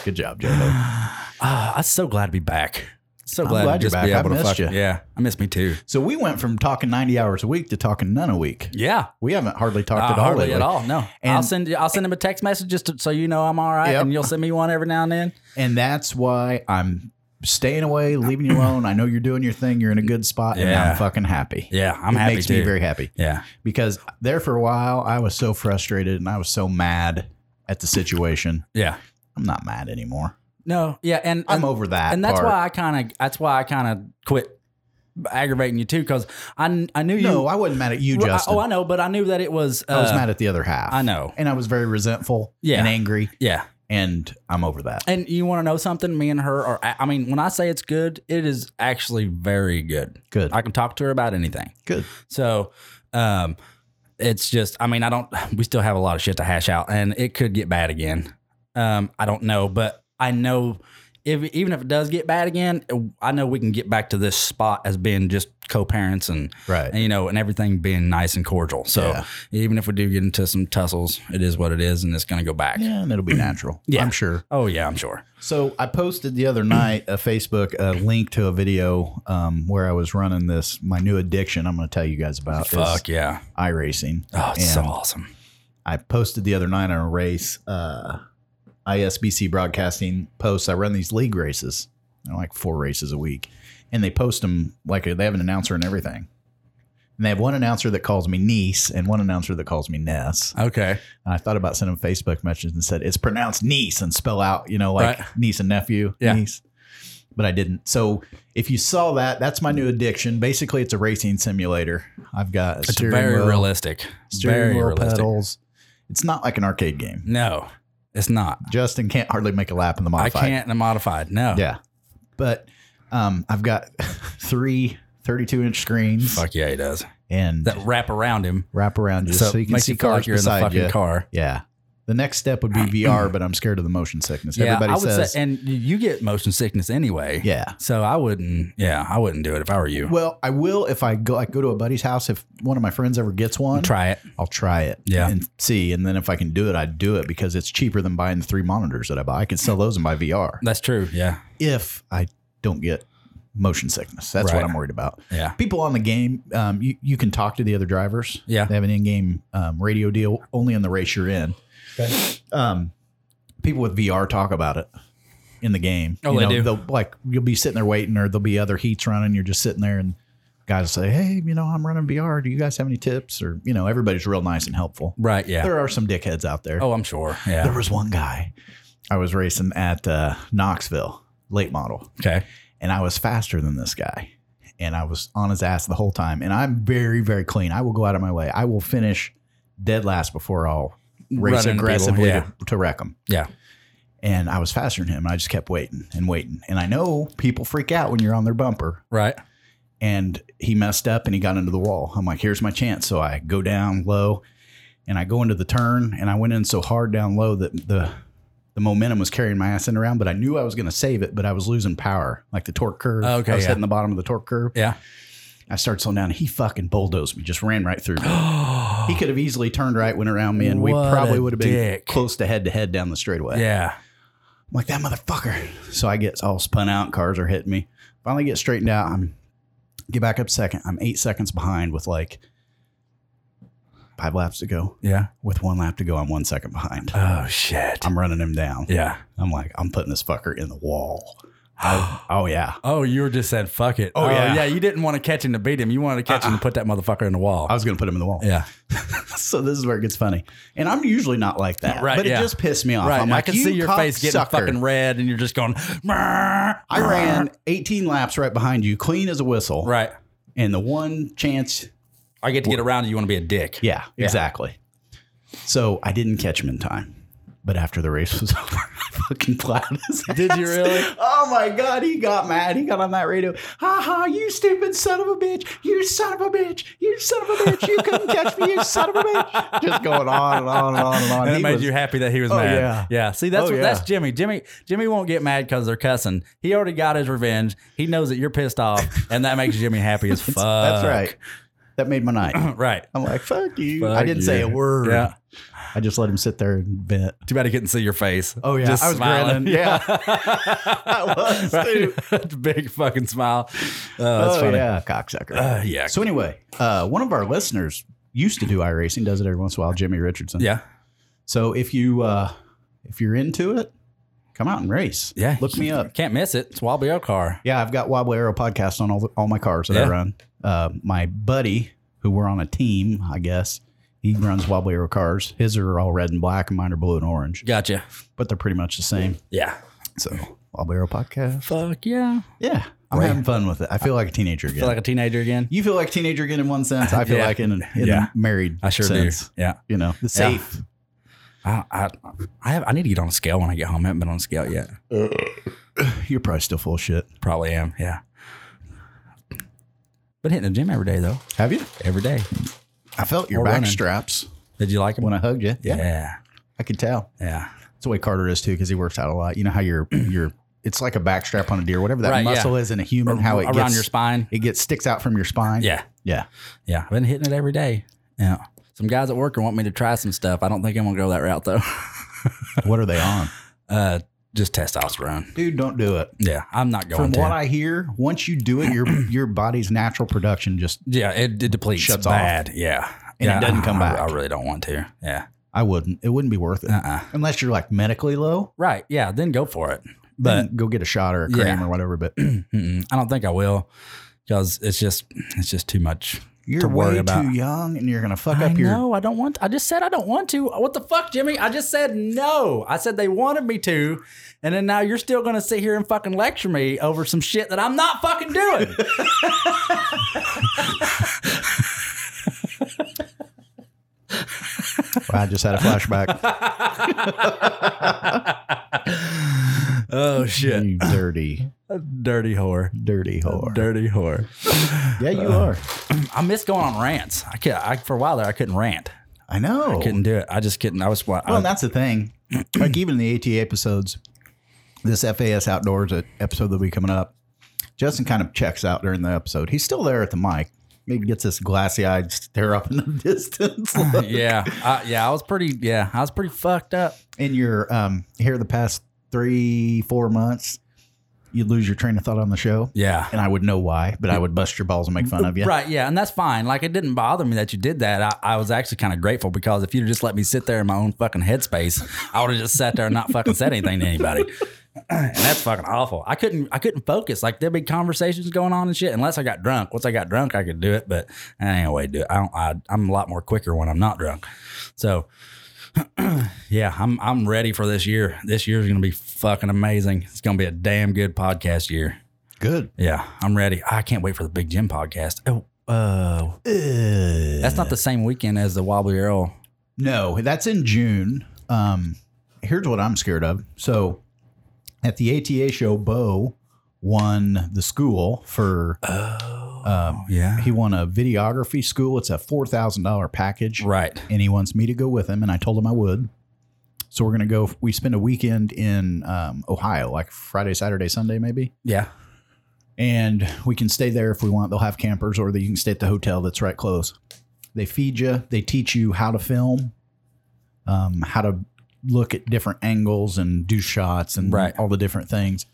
S6: Good job, Joe.
S3: Ah, I'm so glad to be back. So glad,
S6: glad
S3: to
S6: you're
S3: just
S6: back.
S3: be
S6: I
S3: able to fuck
S6: missed you.
S3: Yeah, I miss me too.
S6: So we went from talking 90 hours a week to talking none a week.
S3: Yeah.
S6: We haven't hardly talked
S3: Uh,
S6: at all.
S3: hardly
S6: lately.
S3: at all. No,
S6: And-
S3: I'll send you. I'll send him a text message just to, so you know I'm all right,
S6: Yep.
S3: and you'll send me one every now and then.
S6: And that's why I'm staying away, leaving you alone. I know you're doing your thing. You're in a good spot, and
S3: Yeah.
S6: I'm fucking happy.
S3: Yeah, I'm
S6: it
S3: happy
S6: Makes me
S3: too.
S6: very happy.
S3: Yeah,
S6: because there for a while I was so frustrated and I was so mad at the situation.
S3: yeah.
S6: I'm not mad anymore.
S3: No, yeah, and
S6: I'm
S3: and,
S6: over that.
S3: and that's
S6: part.
S3: why I kind of that's why I kind of quit aggravating you too because I I knew you.
S6: no, I wasn't mad at you,
S3: Well, I-
S6: Justin.
S3: oh,
S6: I,
S3: I know, but I knew that it was. Uh,
S6: was mad at the other half.
S3: I know.
S6: and I was very resentful
S3: Yeah.
S6: and angry,
S3: Yeah,
S6: and I'm over that.
S3: and you want to know something? Me and her are. I mean, when I say it's good, it is actually very good.
S6: Good.
S3: I can talk to her about anything.
S6: Good.
S3: So, um, it's just, I mean, I don't, we still have a lot of shit to hash out and it could get bad again. Um, I don't know, but I know if, even if it does get bad again, I know we can get back to this spot as being just co-parents and,
S6: Right.
S3: and, you know, and everything being nice and cordial. So
S6: Yeah.
S3: even if we do get into some tussles, it is what it is and it's going to go back.
S6: Yeah, and it'll be natural.
S3: Yeah.
S6: I'm sure.
S3: Oh yeah, I'm sure.
S6: So I posted the other night a Facebook a link to a video um, where I was running this my new addiction. I'm going to tell you guys about
S3: Fuck
S6: is
S3: yeah.
S6: iRacing.
S3: Oh, it's so
S6: And-
S3: awesome.
S6: I posted the other night on a race, uh, ISBC broadcasting posts. I run these league races, They're like four races a week, and they post them like they have an announcer and everything. And they have one announcer that calls me niece and one announcer that calls me Ness.
S3: Okay.
S6: And I thought about sending them Facebook messages and said it's pronounced niece and spell out, you know, like
S3: Right.
S6: niece and nephew,
S3: Yeah.
S6: niece. But I didn't. So if you saw that, that's my new addiction. Basically, it's a racing simulator. I've got a
S3: It's
S6: steering
S3: very
S6: wheel,
S3: realistic.
S6: steering
S3: Very
S6: wheel
S3: realistic.
S6: pedals. It's not like an arcade game.
S3: No, it's not.
S6: Justin can't hardly make a lap in the modified.
S3: I can't in a modified. No.
S6: Yeah. But um, I've got three 32 inch screens
S3: Fuck yeah, he does.
S6: and
S3: That wrap around him.
S6: wrap around you so,
S3: so
S6: you
S3: it
S6: can
S3: makes
S6: see
S3: you feel
S6: cars
S3: like you're in the
S6: beside
S3: fucking
S6: you.
S3: car.
S6: Yeah. The next step would be VR, but I'm scared of the motion sickness.
S3: Yeah,
S6: Everybody
S3: I would
S6: says,
S3: say, and you- you get motion sickness anyway.
S6: yeah.
S3: So I wouldn't. Yeah, I wouldn't do it if I were you.
S6: Well, I will if I go. I go to a buddy's house. If one of my friends ever gets one,
S3: Try it.
S6: I'll try it.
S3: Yeah.
S6: and see. And then if I can do it, I'd do it because it's cheaper than buying the three monitors that I buy. I could sell those and buy VR
S3: That's true. Yeah.
S6: if I don't get motion sickness. That's
S3: Right.
S6: what I'm worried about.
S3: Yeah.
S6: people on the game, um, you, you can talk to the other drivers.
S3: Yeah.
S6: They have an in game um, radio deal only in the race you're in. Um, people with VR talk about it in the game.
S3: Oh,
S6: you
S3: they do?
S6: They'll, like, you'll be sitting there waiting, or there'll be other heats running. You're just sitting there, and guys will say, Hey, you know, I'm running VR. Do you guys have any tips? Or, you know, everybody's real nice and helpful.
S3: Right. Yeah.
S6: There are some dickheads out there.
S3: Oh, I'm sure.
S6: There
S3: Yeah.
S6: was one guy I was racing at uh, Knoxville, late model
S3: Okay.
S6: and I was faster than this guy. And I was on his ass the whole time. And I'm very, very clean. I will go out of my way. I will finish dead last before I'll race
S3: Running people,
S6: aggressively
S3: yeah.
S6: to, to wreck him.
S3: Yeah.
S6: And I was faster than him. And I just kept waiting and waiting. And I know people freak out when you're on their bumper.
S3: Right.
S6: And he messed up and he got into the wall. I'm like, here's my chance. So I go down low and I go into the turn. And I went in so hard down low that the the momentum was carrying my ass in around, but I knew I was going to save it, but I was losing power, like the torque curve.
S3: Oh, Okay,
S6: I was
S3: yeah.
S6: hitting the bottom of the torque curve.
S3: Yeah.
S6: I started slowing down. And he fucking bulldozed me, just ran right through me. he could have easily turned right, went around me, and we
S3: What
S6: probably
S3: a
S6: would have been
S3: dick.
S6: close to head to head down the straightaway.
S3: Yeah.
S6: I'm like, that motherfucker. So I get all spun out. Cars are hitting me. Finally get straightened out. I'm get back up second. I'm eight seconds behind with like five laps to go.
S3: Yeah.
S6: With one lap to go, I'm one second behind.
S3: Oh shit.
S6: I'm running him down.
S3: Yeah.
S6: I'm like, I'm putting this fucker in the wall. I- oh yeah.
S3: Oh, you were just said fuck it.
S6: Oh, yeah. Uh-uh.
S3: yeah. You didn't want to catch him to beat him. You wanted to catch him to put that motherfucker in the wall.
S6: I was gonna put him in the wall.
S3: yeah.
S6: so this is where it gets funny. And I'm usually not like that.
S3: Right,
S6: But
S3: yeah.
S6: it just pissed me off.
S3: Right.
S6: I'm
S3: I
S6: like,
S3: can
S6: "You
S3: see your face getting
S6: cocksucker."
S3: fucking red and you're just going, "Brr,
S6: I
S3: brr."
S6: ran 18 laps right behind you, clean as a whistle.
S3: Right.
S6: And the one chance,
S3: I get to get around you. You want to be a dick.
S6: yeah, exactly. So I didn't catch him in time. But after the race was over, I fucking plowed his ass.
S3: Did you really?
S6: Oh my God, he got mad. He got on that radio. Ha ha, you stupid son of a bitch. You son of a bitch. You son of a bitch. You couldn't catch me, you son of a bitch. Just going on and on and on and on.
S3: And it
S6: He
S3: made
S6: was-
S3: you happy that he was
S6: Oh,
S3: mad.
S6: yeah.
S3: See, that's
S6: Oh,
S3: what, that's
S6: yeah.
S3: Jimmy. Jimmy Jimmy won't get mad because they're cussing. He already got his revenge. He knows that you're pissed off, and that makes Jimmy happy as fuck.
S6: That's right. That made my night.
S3: Right.
S6: I'm like, fuck you. I
S3: Fuck
S6: didn't say
S3: you.
S6: a word.
S3: Yeah.
S6: I just let him sit there and vent.
S3: Too bad he couldn't see your face.
S6: Oh, yeah.
S3: Just
S6: I was
S3: smiling.
S6: grinning. Yeah. I was, too.
S3: Right. Big fucking smile. Oh, that's
S6: oh,
S3: funny.
S6: yeah. Cocksucker.
S3: Uh, yeah.
S6: So, anyway, uh, one of our listeners used to do iRacing, does it every once in a while, Jimmy Richardson.
S3: Yeah.
S6: So, if, you, uh, if you're into it, come out and race.
S3: Yeah.
S6: Look me up.
S3: Can't miss it. It's Wobbly L car.
S6: Yeah, I've got Wobbly Arrow podcast on all, the, all my cars that
S3: Yeah.
S6: I run. Uh, my buddy, who we're on a team, I guess, he runs Wobbly Arrow cars. His are all red and black, and mine are blue and orange,
S3: Gotcha.
S6: but they're pretty much the same.
S3: Yeah.
S6: So, Wobbly Arrow podcast.
S3: Fuck yeah.
S6: Yeah, I'm having fun with it. I feel like a teenager again.
S3: Feel like a teenager again.
S6: you feel like a teenager again in one sense. I feel
S3: Yeah.
S6: like in, an- in
S3: Yeah.
S6: a married
S3: I sure
S6: sense.
S3: do. Yeah.
S6: You know, the safe.
S3: I, I I have I need to get on a scale when I get home. I haven't been on a scale yet.
S6: You're probably still full of shit.
S3: Probably am. Yeah. Been hitting the gym every day though.
S6: Have you?
S3: Every day.
S6: I felt your
S3: Or
S6: back
S3: running.
S6: straps
S3: Did you like them?
S6: when I hugged you.
S3: yeah. yeah.
S6: I could tell.
S3: Yeah.
S6: It's the way Carter is too, because he works out a lot. You know how your your it's like a backstrap on a deer, whatever that
S3: Right, yeah.
S6: muscle is in a human, how it
S3: around
S6: gets
S3: your spine.
S6: it gets sticks out from your spine.
S3: Yeah.
S6: yeah.
S3: Yeah. I've been hitting it every day. Yeah. Some guys at work want me to try some stuff. I don't think I'm gonna go that route though.
S6: What are they on,
S3: Uh just testosterone.
S6: dude? Don't do it.
S3: Yeah. I'm not going
S6: From
S3: to
S6: what I hear, once you do it, your your body's natural production just.
S3: Yeah, it, it depletes
S6: Shuts off.
S3: bad. Yeah.
S6: And it
S3: Yeah,
S6: doesn't
S3: I-
S6: come
S3: I-
S6: back.
S3: I, really don't want to. Yeah.
S6: I wouldn't. It wouldn't be worth it
S3: Uh-uh.
S6: unless you're like medically low.
S3: Right. Yeah. Then go for it. But
S6: But go get a shot or a
S3: Yeah.
S6: cream or whatever. But
S3: Mm-mm. I don't think I will because it's just it's just too much.
S6: you're
S3: to worry
S6: way
S3: about.
S6: too young, and you're gonna fuck
S3: I
S6: up your.
S3: know. I don't want. I just said I don't want to. What the fuck, Jimmy? I just said no. I said they wanted me to, and then now you're still going to sit here and fucking lecture me over some shit that I'm not fucking doing.
S6: I just had a flashback.
S3: oh shit!
S6: you dirty,
S3: Dirty whore.
S6: dirty whore.
S3: Dirty whore.
S6: Yeah, you are.
S3: I miss going on rants. I could. I for a while there I couldn't rant.
S6: I know.
S3: Couldn't do it. I just couldn't. I was what.
S6: Well, and that's the thing. like even in the ATA episodes, this FAS Outdoors uh, episode that'll be coming up, Justin kind of checks out during the episode. He's still there at the mic. Maybe gets this glassy eyed stare up in the distance. look.
S3: yeah. I, yeah. I was pretty. Yeah. I was pretty fucked up.
S6: in your um here the past three, four months, you'd lose your train of thought on the show.
S3: Yeah.
S6: And I would know why, but I would bust your balls and make fun of you.
S3: Right, yeah, and that's fine. Like it didn't bother me that you did that. I, I was actually kind of grateful because if you'd just let me sit there in my own fucking headspace, I would have just sat there and not fucking said anything to anybody. and that's fucking awful. I couldn't I couldn't focus. Like there'd be conversations going on and shit. Unless I got drunk. Once I got drunk, I could do it. But anyway, dude, I don't. I, I'm a lot more quicker when I'm not drunk. So. yeah, I'm I'm ready for this year. This year's gonna be fucking amazing. It's gonna be a damn good podcast year.
S6: Good.
S3: Yeah, I'm ready. I can't wait for the Big Jim podcast. Oh, uh, that's not the same weekend as the Wobbly Earl.
S6: No, that's in June. Um, here's what I'm scared of. So at the ATA show, Bo won the school for um,
S3: Yeah,
S6: he won a videography school. It's a four thousand dollar package.
S3: right.
S6: And he wants me to go with him, and I told him I would. So we're gonna go. We spend a weekend in um, Ohio, like Friday, Saturday, Sunday, maybe,
S3: Yeah,
S6: and we can stay there if we want. They'll have campers, or you can stay at the hotel that's right close. They feed you. They teach you how to film, um, how to look at different angles and do shots and
S3: Right.
S6: all the different things.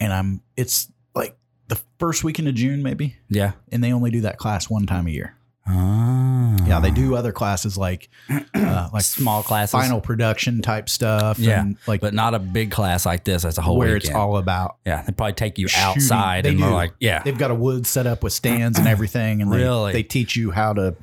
S6: And I'm. It's like the first weekend of June, maybe
S3: yeah.
S6: and they only do that class one time a year.
S3: Oh.
S6: Yeah, they do other classes like uh, like
S3: small classes,
S6: final production type stuff.
S3: Yeah,
S6: and like
S3: but not a big class like this. That's a whole
S6: where
S3: weekend.
S6: it's all about.
S3: yeah. They probably take you
S6: shooting.
S3: outside
S6: They
S3: and they're
S6: do.
S3: like, yeah,
S6: They've got a wood set up with stands and everything, and
S3: Really?
S6: they, they teach you how to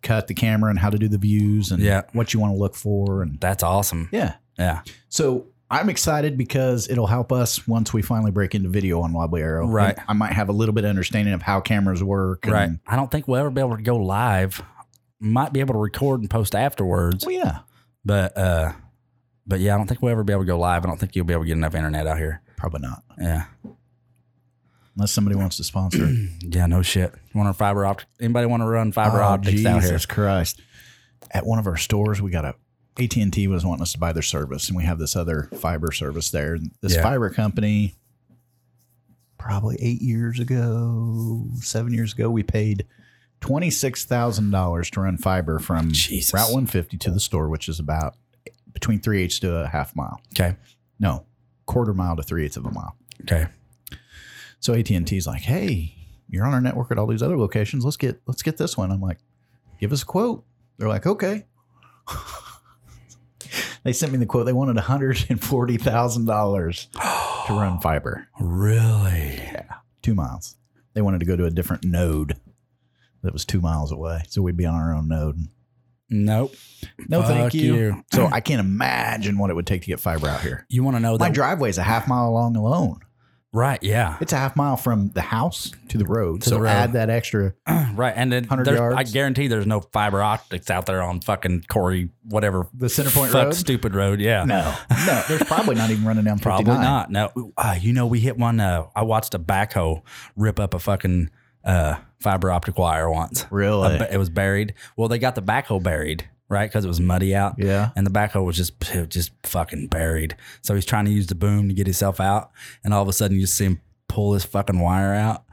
S6: cut the camera and how to do the views and
S3: Yeah.
S6: what you want to look for and
S3: That's awesome.
S6: yeah.
S3: Yeah.
S6: So I'm excited because it'll help us once we finally break into video on Wobbly Arrow.
S3: Right.
S6: I might have a little bit of understanding of how cameras work. and-
S3: Right. I don't think we'll ever be able to go live. Might be able to record and post afterwards,
S6: Well, yeah,
S3: but uh, but yeah, I don't think we'll ever be able to go live. I don't think you'll be able to get enough internet out here.
S6: probably not.
S3: Yeah.
S6: Unless somebody wants to sponsor it.
S3: Yeah. No shit. Want to fiber optic? Anybody want to run fiber
S6: Oh,
S3: optics out here?
S6: Jesus Christ. At one of our stores, we got a AT&T was wanting us to buy their service and we have this other fiber service there. And This
S3: Yeah.
S6: fiber company probably 8 years ago, 7 years ago, we paid $26,000 to run fiber from
S3: Jesus.
S6: Route 150 to the store, which is about between 3 eighths to a half mile.
S3: Okay.
S6: No, quarter mile to 3 eighths of a mile.
S3: Okay.
S6: So AT&T's like, "Hey, you're on our network at all these other locations. Let's get let's get this one." I'm like, "Give us a quote." They're like, "Okay." they sent me the quote. They wanted $140,000 to run fiber,
S3: Really?
S6: 2 miles. They wanted to go to a different node that was 2 miles away. So we'd be on our own node.
S3: Nope.
S6: No, thank
S3: Fuck
S6: you.
S3: you.
S6: So I can't imagine what it would take to get fiber out here.
S3: You want to know
S6: My
S3: that?
S6: driveway's a half mile long alone.
S3: right. Yeah.
S6: It's a half mile from the house to the road.
S3: To the
S6: so
S3: road.
S6: add that extra
S3: Right. And then
S6: 100
S3: there's- I
S6: yards.
S3: guarantee there's no fiber optics out there on fucking Corey, whatever.
S6: The Center Point
S3: fuck
S6: Road?
S3: stupid road. Yeah.
S6: No, no, there's probably not even running down 59.
S3: Probably not. No, uh, you know, we hit one. Uh, I watched a backhoe rip up a fucking uh, fiber optic wire once.
S6: Really?
S3: A ba- it was buried. Well, they got the backhoe buried, right? Because it was muddy out.
S6: Yeah.
S3: And the backhoe was just it was just fucking buried. So he's trying to use the boom to get himself out, and all of a sudden you just see him pull his fucking wire out,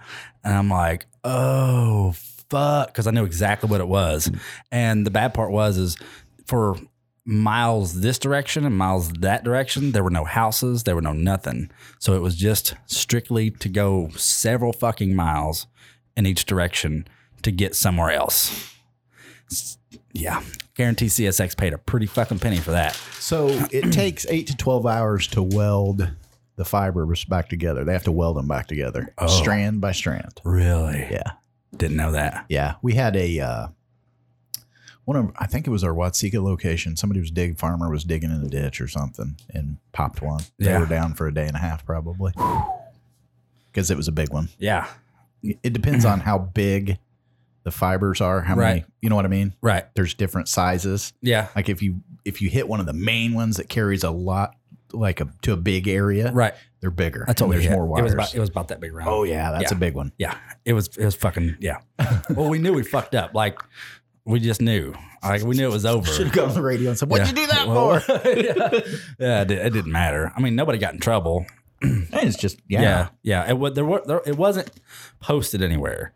S3: and I'm like, oh fuck, because I knew exactly what it was. And the bad part was is for miles this direction and miles that direction there were no houses there were no nothing so it was just strictly to go several fucking miles in each direction to get somewhere else S- yeah guarantee csx paid a pretty fucking penny for that
S6: So it takes eight to 12 hours to weld the fibers back together. They have to weld them back together,
S3: Oh.
S6: strand by strand.
S3: really
S6: Yeah.
S3: didn't know that
S6: Yeah. We had a, uh, one of, I think it was our Watsika location. Somebody was dig farmer was digging in a ditch or something and popped one. They
S3: Yeah.
S6: were down for a day and a half probably because it was a big one.
S3: yeah
S6: It depends on how big the fibers are, how many,
S3: Right.
S6: you know what I mean?
S3: right
S6: There's different sizes.
S3: yeah
S6: like if you if you hit one of the main ones that carries a lot like a to a big area
S3: right
S6: they're bigger
S3: that's all
S6: and
S3: we
S6: there's
S3: hit.
S6: more
S3: it
S6: wires
S3: was about it was about that big round
S6: oh yeah that's
S3: Yeah.
S6: a big one
S3: Yeah, it was it was fucking yeah. well, we knew we fucked up. Like we just knew. Like we knew it was over.
S6: should have gone on the radio and said what'd
S3: Yeah.
S6: you do that
S3: Well,
S6: for
S3: yeah, it, di- it didn't matter. I mean, nobody got in trouble.
S6: And it's just yeah,
S3: Yeah, yeah. It was there were there, it wasn't posted anywhere.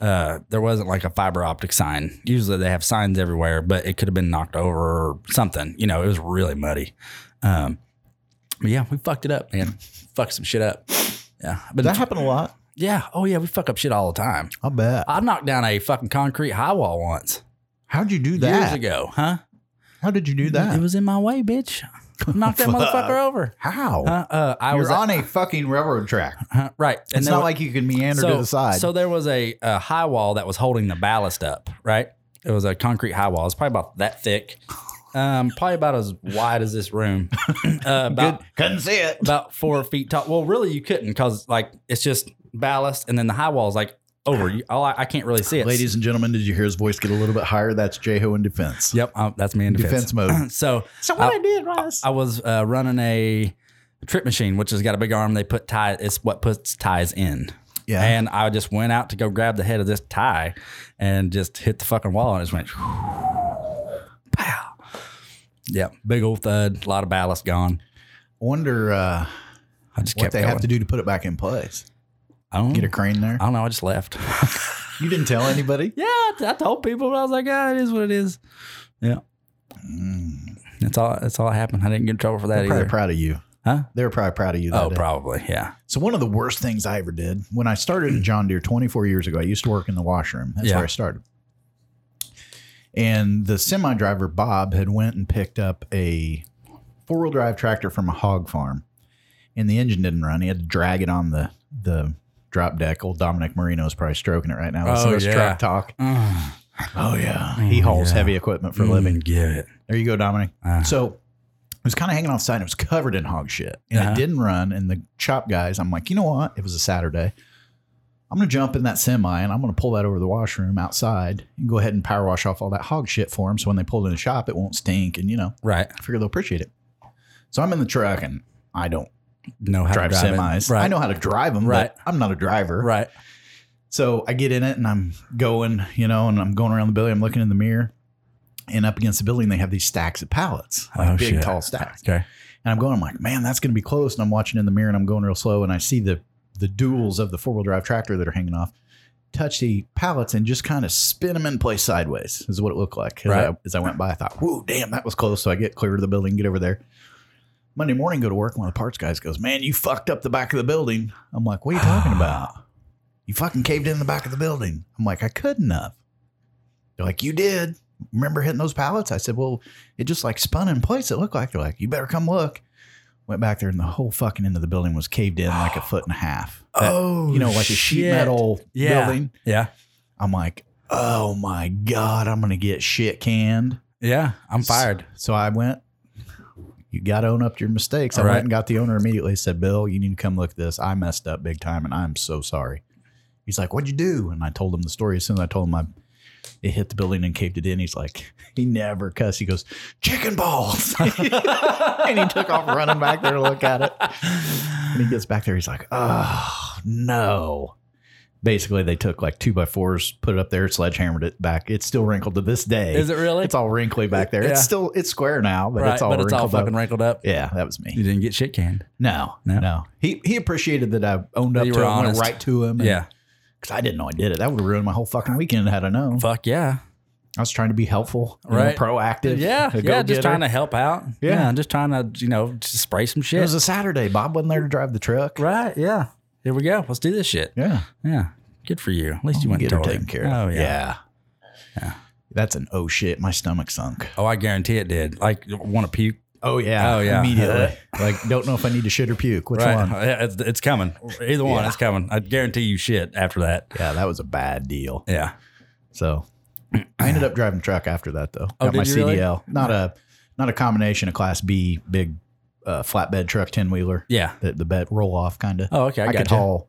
S3: Uh, there wasn't like a fiber optic sign. Usually they have signs everywhere, but it could have been knocked over or something. You know, it was really muddy. Um, but yeah, we fucked it up, man. Fucked some shit up. Yeah, but
S6: that happened a lot
S3: yeah, oh yeah, we fuck up shit all the time.
S6: i'll bet
S3: I knocked down a fucking concrete high wall once
S6: how'd you do that
S3: years ago, huh?
S6: how did you do that
S3: It was in my way, bitch. Knocked that motherfucker over.
S6: how
S3: Uh, uh, I was
S6: you're on a fucking railroad track
S3: uh, right. And
S6: it's
S3: there
S6: not
S3: wa-
S6: like you can meander to the side
S3: So there was a, a high wall that was holding the ballast up, right? It was a concrete high wall. It's probably about that thick, um, probably about as wide as this room. uh, about,
S6: couldn't see it
S3: about four feet tall. Well, really, you couldn't because like it's just ballast, and then the high wall is like over. You, all I, I can't really see it.
S6: ladies and gentlemen did you hear his voice get a little bit higher that's jeho in defense
S3: Yep, um, that's me in defense.
S6: defense mode
S3: So
S6: so what
S3: I-
S6: i, did was
S3: I was uh, running a trip machine, which has got a big arm. They put tie. It's what puts ties in.
S6: Yeah.
S3: And I just went out to go grab the head of this tie, and just hit the fucking wall, and it just went. Pow. Yep. Big old thud. A lot of ballast gone.
S6: wonder uh,
S3: I just
S6: what
S3: kept
S6: they
S3: going. Uh,
S6: have to do to put it back in place
S3: I don't,
S6: get a crane there
S3: I don't know. I just left.
S6: You didn't tell anybody?
S3: yeah, I, I told people. But I was like, ah, it is what it is. Yeah. That's all. That's all that happened. I didn't get in trouble for that
S6: They're probably
S3: either.
S6: proud of you.
S3: Huh?
S6: They were probably proud of you. That
S3: Oh,
S6: day.
S3: probably. Yeah.
S6: So one of the worst things I ever did when I started at John Deere 24 years ago, I used to work in the washroom. That's
S3: Yeah.
S6: where I started. And the semi driver Bob had went and picked up a four wheel drive tractor from a hog farm, and the engine didn't run. He had to drag it on the the drop deck. Old Dominic Marino is probably stroking it right now.
S3: Oh,
S6: listening to this
S3: yeah.
S6: truck talk. Oh yeah, Mm-hmm. he hauls heavy equipment for a living.
S3: Mm, Get it.
S6: There you go, Dominic.
S3: Uh.
S6: so it was kind of hanging outside. It was covered in hog shit, and
S3: Uh-huh.
S6: it didn't run. And the shop guys, I'm like, you know what? It was a Saturday. I'm gonna jump in that semi and I'm gonna pull that over to the washroom outside and go ahead and power wash off all that hog shit for them. So when they pull it in the shop, it won't stink, and you know,
S3: Right.
S6: I figure they'll appreciate it. So I'm in the truck and I don't
S3: Know how
S6: drive,
S3: to drive it.
S6: semis.
S3: Right.
S6: I know how to drive them,
S3: Right.
S6: but I'm not a driver.
S3: Right.
S6: So I get in it and I'm going, you know, and I'm going around the building. I'm looking in the mirror, and up against the building they have these stacks of pallets, like
S3: Oh,
S6: big
S3: shit.
S6: tall stacks.
S3: Okay.
S6: And I'm going, I'm like, man, that's going to be close. And I'm watching in the mirror and I'm going real slow, and I see the the duals of the four wheel drive tractor that are hanging off. Touch the pallets and just kind of spin them in place sideways is what it looked like. As,
S3: Right.
S6: I, as I went by, I thought, whoa, damn, that was close. So I get clear to the building, get over there. Monday morning, go to work. One of the parts guys goes, Man, you fucked up the back of the building. I'm like, What are you talking about? You fucking caved in the back of the building. I'm like, I couldn't have. They're like, You did. Remember hitting those pallets? I said, Well, it just like spun in place. It looked like they're like, You better come look. Went back there and the whole fucking end of the building was caved in like a foot and a half. That-
S3: oh,
S6: you know, like a sheet metal
S3: Yeah.
S6: building.
S3: Yeah.
S6: I'm like, Oh my God, I'm going to get shit canned.
S3: Yeah. I'm fired.
S6: So I went. You got to own up to your mistakes. I
S3: All right.
S6: went and got the owner immediately. Said, "Bill, you need to come look at this. I messed up big time, and I'm so sorry." He's like, "What'd you do?" And I told him the story. As soon as I told him, I it hit the building and caved it in. He's like, he never cussed. He goes, "Chicken balls," and he took off running back there to look at it. And he gets back there. He's like, "Oh no." Basically, they took like two by fours, put it up there, sledgehammered it back. It's still wrinkled to this day.
S3: Is it really?
S6: It's all wrinkly back there.
S3: Yeah.
S6: It's still it's square now, but
S3: right.
S6: it's all
S3: but it's all
S6: wrinkled up.
S3: fucking wrinkled up.
S6: Yeah, that was
S3: You
S6: me.
S3: didn't get shit canned.
S6: No,
S3: No.
S6: no, He he appreciated that I owned up
S3: You
S6: to
S3: were
S6: him, went
S3: honest.
S6: right to him.
S3: Yeah.
S6: because I didn't know I did it. That would have ruined my whole fucking weekend had I known.
S3: Fuck yeah.
S6: I was trying to be helpful, you know,
S3: Right.
S6: proactive.
S3: Yeah.
S6: a
S3: Yeah.
S6: go-getter.
S3: Just trying to help out.
S6: Yeah.
S3: Yeah. Just trying to, you know, just spray some
S6: It
S3: shit.
S6: was a Saturday. Bob wasn't there to drive the truck.
S3: right. Yeah. Here we go. Let's do this shit.
S6: Yeah,
S3: Yeah. Good for you. At least you went
S6: get
S3: and
S6: her
S3: told
S6: taken
S3: him.
S6: care
S3: Oh,
S6: of.
S3: yeah.
S6: yeah, That's an oh shit. My stomach sunk.
S3: Oh, I guarantee it did. Like, want to puke?
S6: Oh yeah.
S3: Oh, yeah.
S6: Immediately. like don't know if I need to shit or puke. Which
S3: right.
S6: one?
S3: Yeah, It's, it's coming. Either one,
S6: Yeah.
S3: it's coming. I guarantee you shit after that.
S6: Yeah, that was a bad deal.
S3: Yeah.
S6: So I ended up driving truck after that though.
S3: Oh,
S6: Got my
S3: did you really?
S6: CDL. Not a not a combination of class B big uh, flatbed truck ten wheeler.
S3: Yeah.
S6: The the bed roll off kind of.
S3: Oh, okay. I,
S6: I,
S3: got
S6: could
S3: you.
S6: haul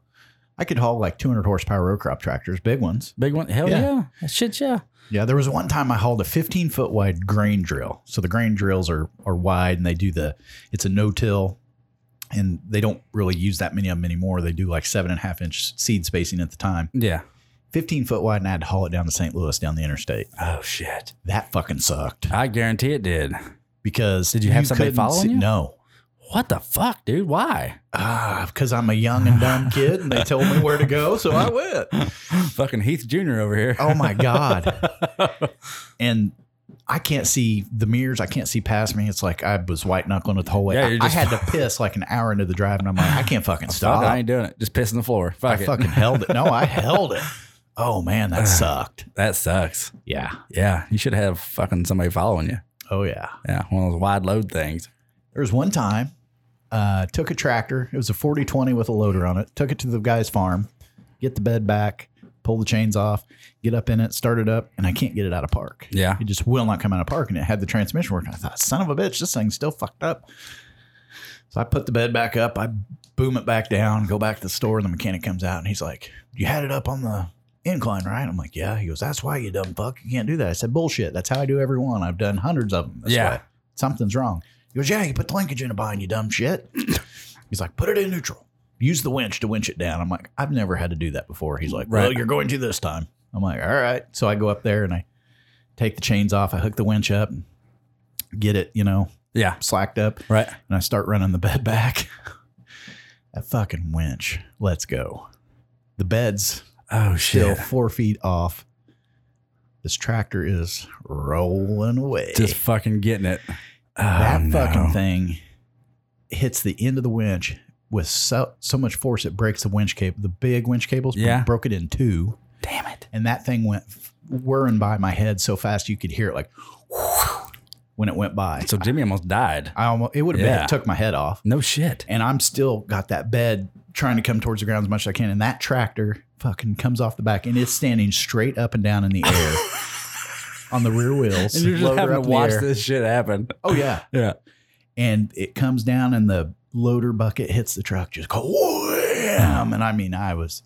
S6: I could haul like two hundred horsepower row crop tractors, big ones.
S3: Big one. Hell yeah.
S6: Yeah.
S3: That Shit, yeah.
S6: Yeah, there was one time I hauled a fifteen foot wide grain drill. So the grain drills are are wide and they do the it's a no till and they don't really use that many of them anymore. They do like seven and a half inch seed spacing at the time.
S3: Yeah.
S6: Fifteen foot wide and I had to haul it down to St. Louis down the interstate.
S3: Oh, shit.
S6: That fucking sucked.
S3: I guarantee it did.
S6: because
S3: Did you have somebody
S6: couldn't
S3: following
S6: see-
S3: you?
S6: No,
S3: What the fuck, dude? Why?
S6: ah, because I'm a young and dumb kid, and they told me where to go, so I went.
S3: Fucking Heath Jr. over here.
S6: Oh my god! and I can't see the mirrors. I can't see past me. It's like I was white knuckling it the whole way.
S3: Yeah,
S6: I,
S3: you're
S6: I
S3: just-
S6: had to piss like an hour into the drive, and I'm like, I can't fucking
S3: Fuck
S6: stop.
S3: it, I ain't doing it. Just pissing the floor. Fuck
S6: I
S3: it.
S6: fucking held it. No, I held it. Oh man, that sucked.
S3: That sucks.
S6: Yeah.
S3: Yeah. You should have fucking somebody following you.
S6: Oh yeah.
S3: Yeah. One of those wide load things.
S6: There was one time, uh, took a tractor. It was a 4020 with a loader on it. Took it to the guy's farm, get the bed back, pull the chains off, get up in it, start it up, and I can't get it out of park.
S3: Yeah.
S6: It just will not come out of park. And it had the transmission working. I thought, son of a bitch, this thing's still fucked up. So I put the bed back up. I boom it back down, go back to the store, and the mechanic comes out and he's like, You had it up on the incline, right? I'm like, Yeah. He goes, That's why you dumb fuck. You can't do that. I said, Bullshit. That's how I do every one. I've done hundreds of them. This
S3: Yeah.
S6: way. Something's wrong. He goes, Yeah, you put the linkage in a bind, you dumb shit. He's like, Put it in neutral. Use the winch to winch it down. I'm like, I've never had to do that before. He's like, Well,
S3: Right.
S6: you're going to this time. I'm like, All right. So I go up there and I take the chains off. I hook the winch up and get it, you know,
S3: Yeah.
S6: slacked up
S3: Right.
S6: and I start running the bed back. that fucking winch. Let's go. The bed's
S3: Oh,
S6: still
S3: shit.
S6: four feet off. This tractor is rolling away.
S3: Just fucking getting it.
S6: that
S3: Oh,
S6: fucking
S3: no.
S6: thing hits the end of the winch with so so much force it breaks the winch cable. The big winch cables
S3: Yeah.
S6: broke it in two,
S3: Damn it.
S6: and that thing went f- whirring by my head so fast you could hear it like when it went by.
S3: So Jimmy almost died.
S6: I almost it would have been
S3: Yeah.
S6: it took my head off.
S3: No shit.
S6: and I'm still got that bed trying to come towards the ground as much as I can. And that tractor fucking comes off the back and it's standing straight up and down in the air. on the rear wheels.
S3: And you're just
S6: loader
S3: having
S6: up
S3: to
S6: in the
S3: watch
S6: air.
S3: this shit happen.
S6: Oh yeah,
S3: Yeah.
S6: and it comes down and the loader bucket hits the truck, just go wham! And I mean, I was,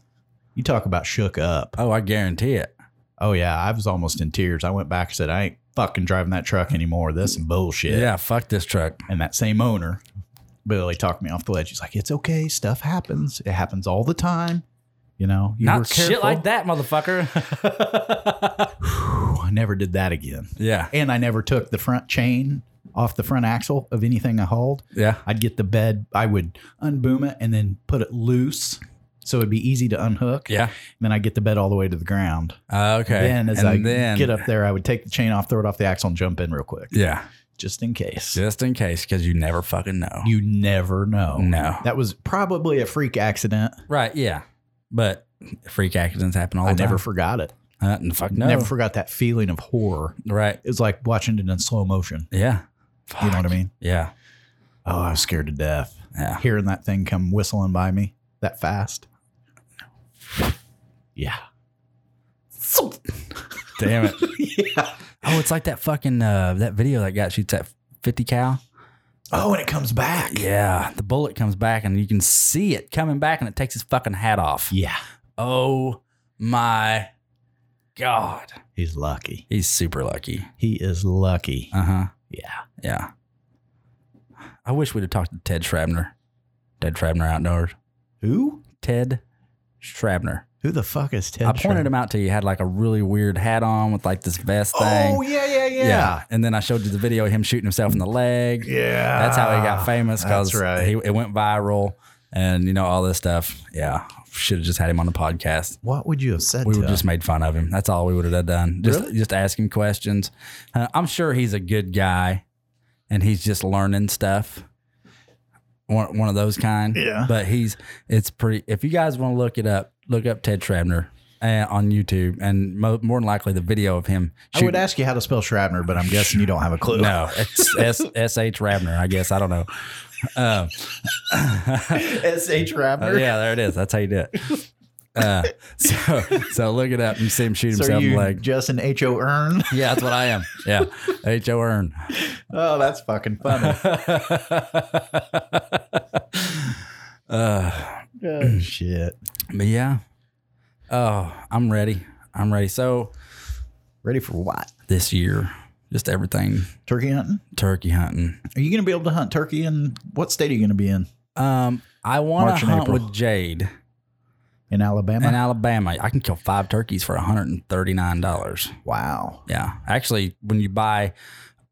S6: you talk about shook up.
S3: Oh, I guarantee it.
S6: Oh yeah, I was almost in tears. I went back and said, I ain't fucking driving that truck anymore. That's some
S3: Yeah.
S6: bullshit.
S3: fuck this truck.
S6: And that same owner, Billy, talked me off the ledge. He's like, it's okay. Stuff happens. It happens all the time. You know, you were
S3: Not
S6: careful.
S3: shit like that, motherfucker.
S6: Oh, I never did that again.
S3: yeah.
S6: And I never took the front chain off the front axle of anything I hauled.
S3: Yeah.
S6: I'd get the bed, I would unboom it and then put it loose so it'd be easy to unhook.
S3: Yeah.
S6: And then I'd get the bed all the way to the ground.
S3: Okay.
S6: Then as
S3: and
S6: I
S3: then,
S6: get up there, I would take the chain off, throw it off the axle, and jump in real quick,
S3: Yeah.
S6: just in case.
S3: Just in case, because you never fucking know.
S6: You never know.
S3: No.
S6: That was probably a freak accident.
S3: Oh, right. Yeah. But freak accidents happen all
S6: I
S3: the
S6: never
S3: time.
S6: forgot it.
S3: Uh, and fuck no.
S6: Never forgot that feeling of horror.
S3: right.
S6: It was like watching it in slow motion.
S3: Yeah.
S6: You know what I mean?
S3: Yeah.
S6: Oh, I was scared to death.
S3: Yeah.
S6: Hearing that thing come whistling by me that fast. Yeah.
S3: Damn it.
S6: yeah.
S3: Oh, it's like that fucking uh, that video that guy shoots that fifty cal.
S6: Oh, and it comes back.
S3: Yeah, the bullet comes back and you can see it coming back and it takes his fucking hat off.
S6: Yeah.
S3: Oh my god,
S6: He's lucky.
S3: he's super lucky.
S6: He is lucky.
S3: Uh huh.
S6: Yeah.
S3: Yeah. I wish we'd have talked to Ted Shrabner. Ted Shrabner outdoors.
S6: Who?
S3: Ted Shrabner.
S6: Who the fuck is Ted?
S3: I pointed
S6: Shrek?
S3: him out to you. He had like a really weird hat on with like this vest thing.
S6: Oh, yeah, yeah, yeah.
S3: And then I showed you the video of him shooting himself in the leg.
S6: Yeah.
S3: That's how he got famous
S6: That's
S3: because
S6: right.
S3: he it went viral and you know all this stuff. Yeah, should have just had him on the podcast.
S6: What would you have said
S3: We
S6: to
S3: would
S6: him?
S3: just made fun of him. That's all we would have done. Just
S6: Really?
S3: just ask him questions. Uh, I'm sure he's a good guy, and he's just learning stuff. One one of those kind.
S6: Yeah.
S3: But he's it's pretty. If you guys want to look it up, look up Ted Trabner uh, on YouTube, and mo- more than likely the video of him.
S6: I would
S3: shooting-
S6: ask you how to spell Shrabner, but I'm guessing you don't have a clue.
S3: No, it's S S H Rabner. I guess I don't know. Um,
S6: S.H.
S3: Uh,
S6: Rabner.
S3: yeah, there it is. That's how you do it. Uh, so, so look it up and see him shoot
S6: So
S3: himself in
S6: you
S3: the leg.
S6: just an H.O. Earn?
S3: Yeah, that's what I am. Yeah, H O Earn.
S6: Oh, that's fucking funny.
S3: Uh,
S6: oh, shit.
S3: but yeah, oh, I'm ready. I'm ready. So
S6: Ready for what?
S3: this year, just everything
S6: Turkey hunting?
S3: turkey hunting.
S6: Are you going to be able to hunt turkey in what state are you going to be in?
S3: Um, I want
S6: March
S3: to
S6: and
S3: hunt
S6: April.
S3: with Jade
S6: In Alabama?
S3: in Alabama. I can kill five turkeys for 139 dollars.
S6: wow.
S3: Yeah. Actually, when you buy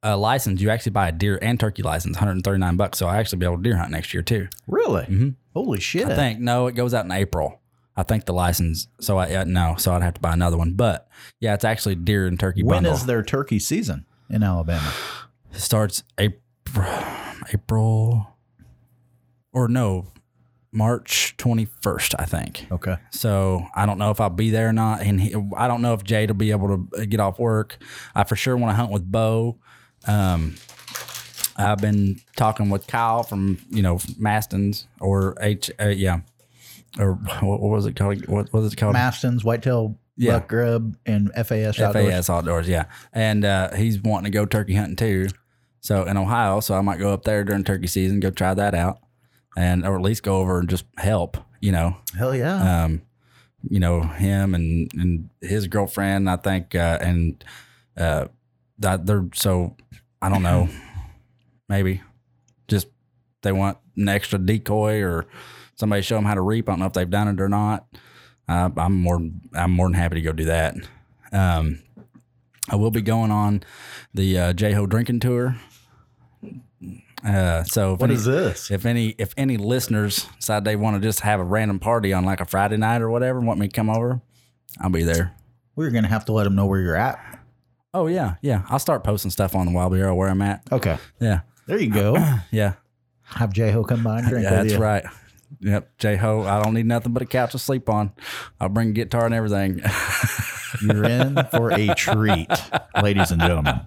S3: a license, you actually buy a deer and turkey license, 139 bucks. So I actually be able to deer hunt next year too.
S6: Really?
S3: Mhm.
S6: Holy shit.
S3: I think no, it goes out in April. I think the license. So I uh, no, so I'd have to buy another one. But yeah, it's actually deer and turkey
S6: When
S3: bundle.
S6: is their turkey season in Alabama?
S3: it starts April, April, or no, March 21st, I think.
S6: Okay.
S3: So I don't know if I'll be there or not, and he, I don't know if Jade will be able to uh, get off work. I for sure want to hunt with Bo. Um, I've been talking with Kyle from you know Maston's or H uh, yeah, or what, what was it called? What was it called?
S6: Mastins, Whitetail,
S3: Um, Yeah.
S6: Buck Grub, and FAS.
S3: FAS
S6: Outdoors.
S3: outdoors. yeah, and uh, he's wanting to go turkey hunting too. So in Ohio, so I might go up there during turkey season, go try that out, and or at least go over and just help. You know,
S6: Hell yeah.
S3: um, you know him and and his girlfriend I think uh, and uh, that they're so I don't know maybe just they want an extra decoy or somebody show them how to reap I don't know if they've done it or not uh, I'm more I'm more than happy to go do that um, I will be going on the uh, J Ho drinking tour uh, so if
S6: what
S3: any-
S6: is this?
S3: if any if any listeners decide they want to just have a random party on like a Friday night or whatever and want me to come over, I'll be there.
S6: We're going to have to let them know where you're at.
S3: Oh yeah, yeah. I'll start posting stuff on the Wild Bureau where I'm at.
S6: Okay.
S3: Yeah.
S6: There you go.
S3: Yeah.
S6: Have J Ho come by and drink
S3: yeah,
S6: with
S3: that's
S6: you.
S3: right. Yep. J Ho, I don't need nothing but a couch to sleep on. I'll bring a guitar and everything.
S6: You're in for a treat, ladies and gentlemen.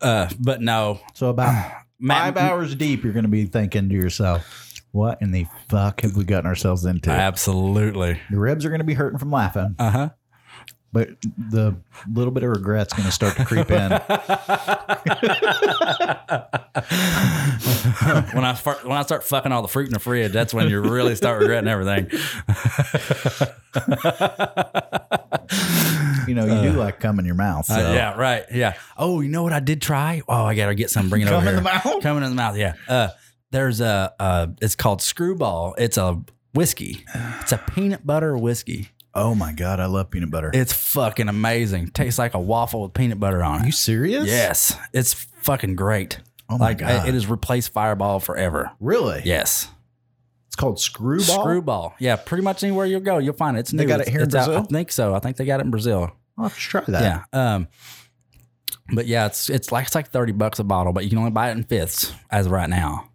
S3: Uh, but no.
S6: So about
S3: Matt-
S6: five hours deep, you're going to be thinking to yourself, "What in the fuck have we gotten ourselves into?"
S3: Absolutely.
S6: Your ribs are going to be hurting from laughing.
S3: Uh huh.
S6: but the little bit of regret's going to start to creep in.
S3: When I fir- when I start fucking all the fruit in the fridge, that's when you really start regretting everything.
S6: You know, you do like cum in your mouth. So.
S3: Uh, yeah, right. Yeah. Oh, you know what I did try? Oh, I gotta get some. Bring it
S6: Cum
S3: over
S6: in
S3: here.
S6: the mouth?
S3: Coming in the mouth. Yeah. Uh, there's a. Uh, it's called Screwball. It's a whiskey. It's a peanut butter whiskey.
S6: Oh my god, I love peanut butter.
S3: It's fucking amazing. Tastes like a waffle with peanut butter on
S6: Are you
S3: it.
S6: serious?
S3: Yes, it's fucking great.
S6: Oh my
S3: like
S6: God.
S3: it has replaced Fireball forever.
S6: Really?
S3: Yes.
S6: It's called screwball.
S3: Screwball. Yeah, pretty much anywhere you'll go, you'll find it. It's new.
S6: They got it
S3: it's,
S6: here in
S3: it's out-
S6: Brazil?
S3: I think so. I think they got it in Brazil.
S6: I'll have to try that.
S3: Yeah. Um, but yeah, it's it's like it's like thirty bucks a bottle, but you can only buy it in fifths as of right now.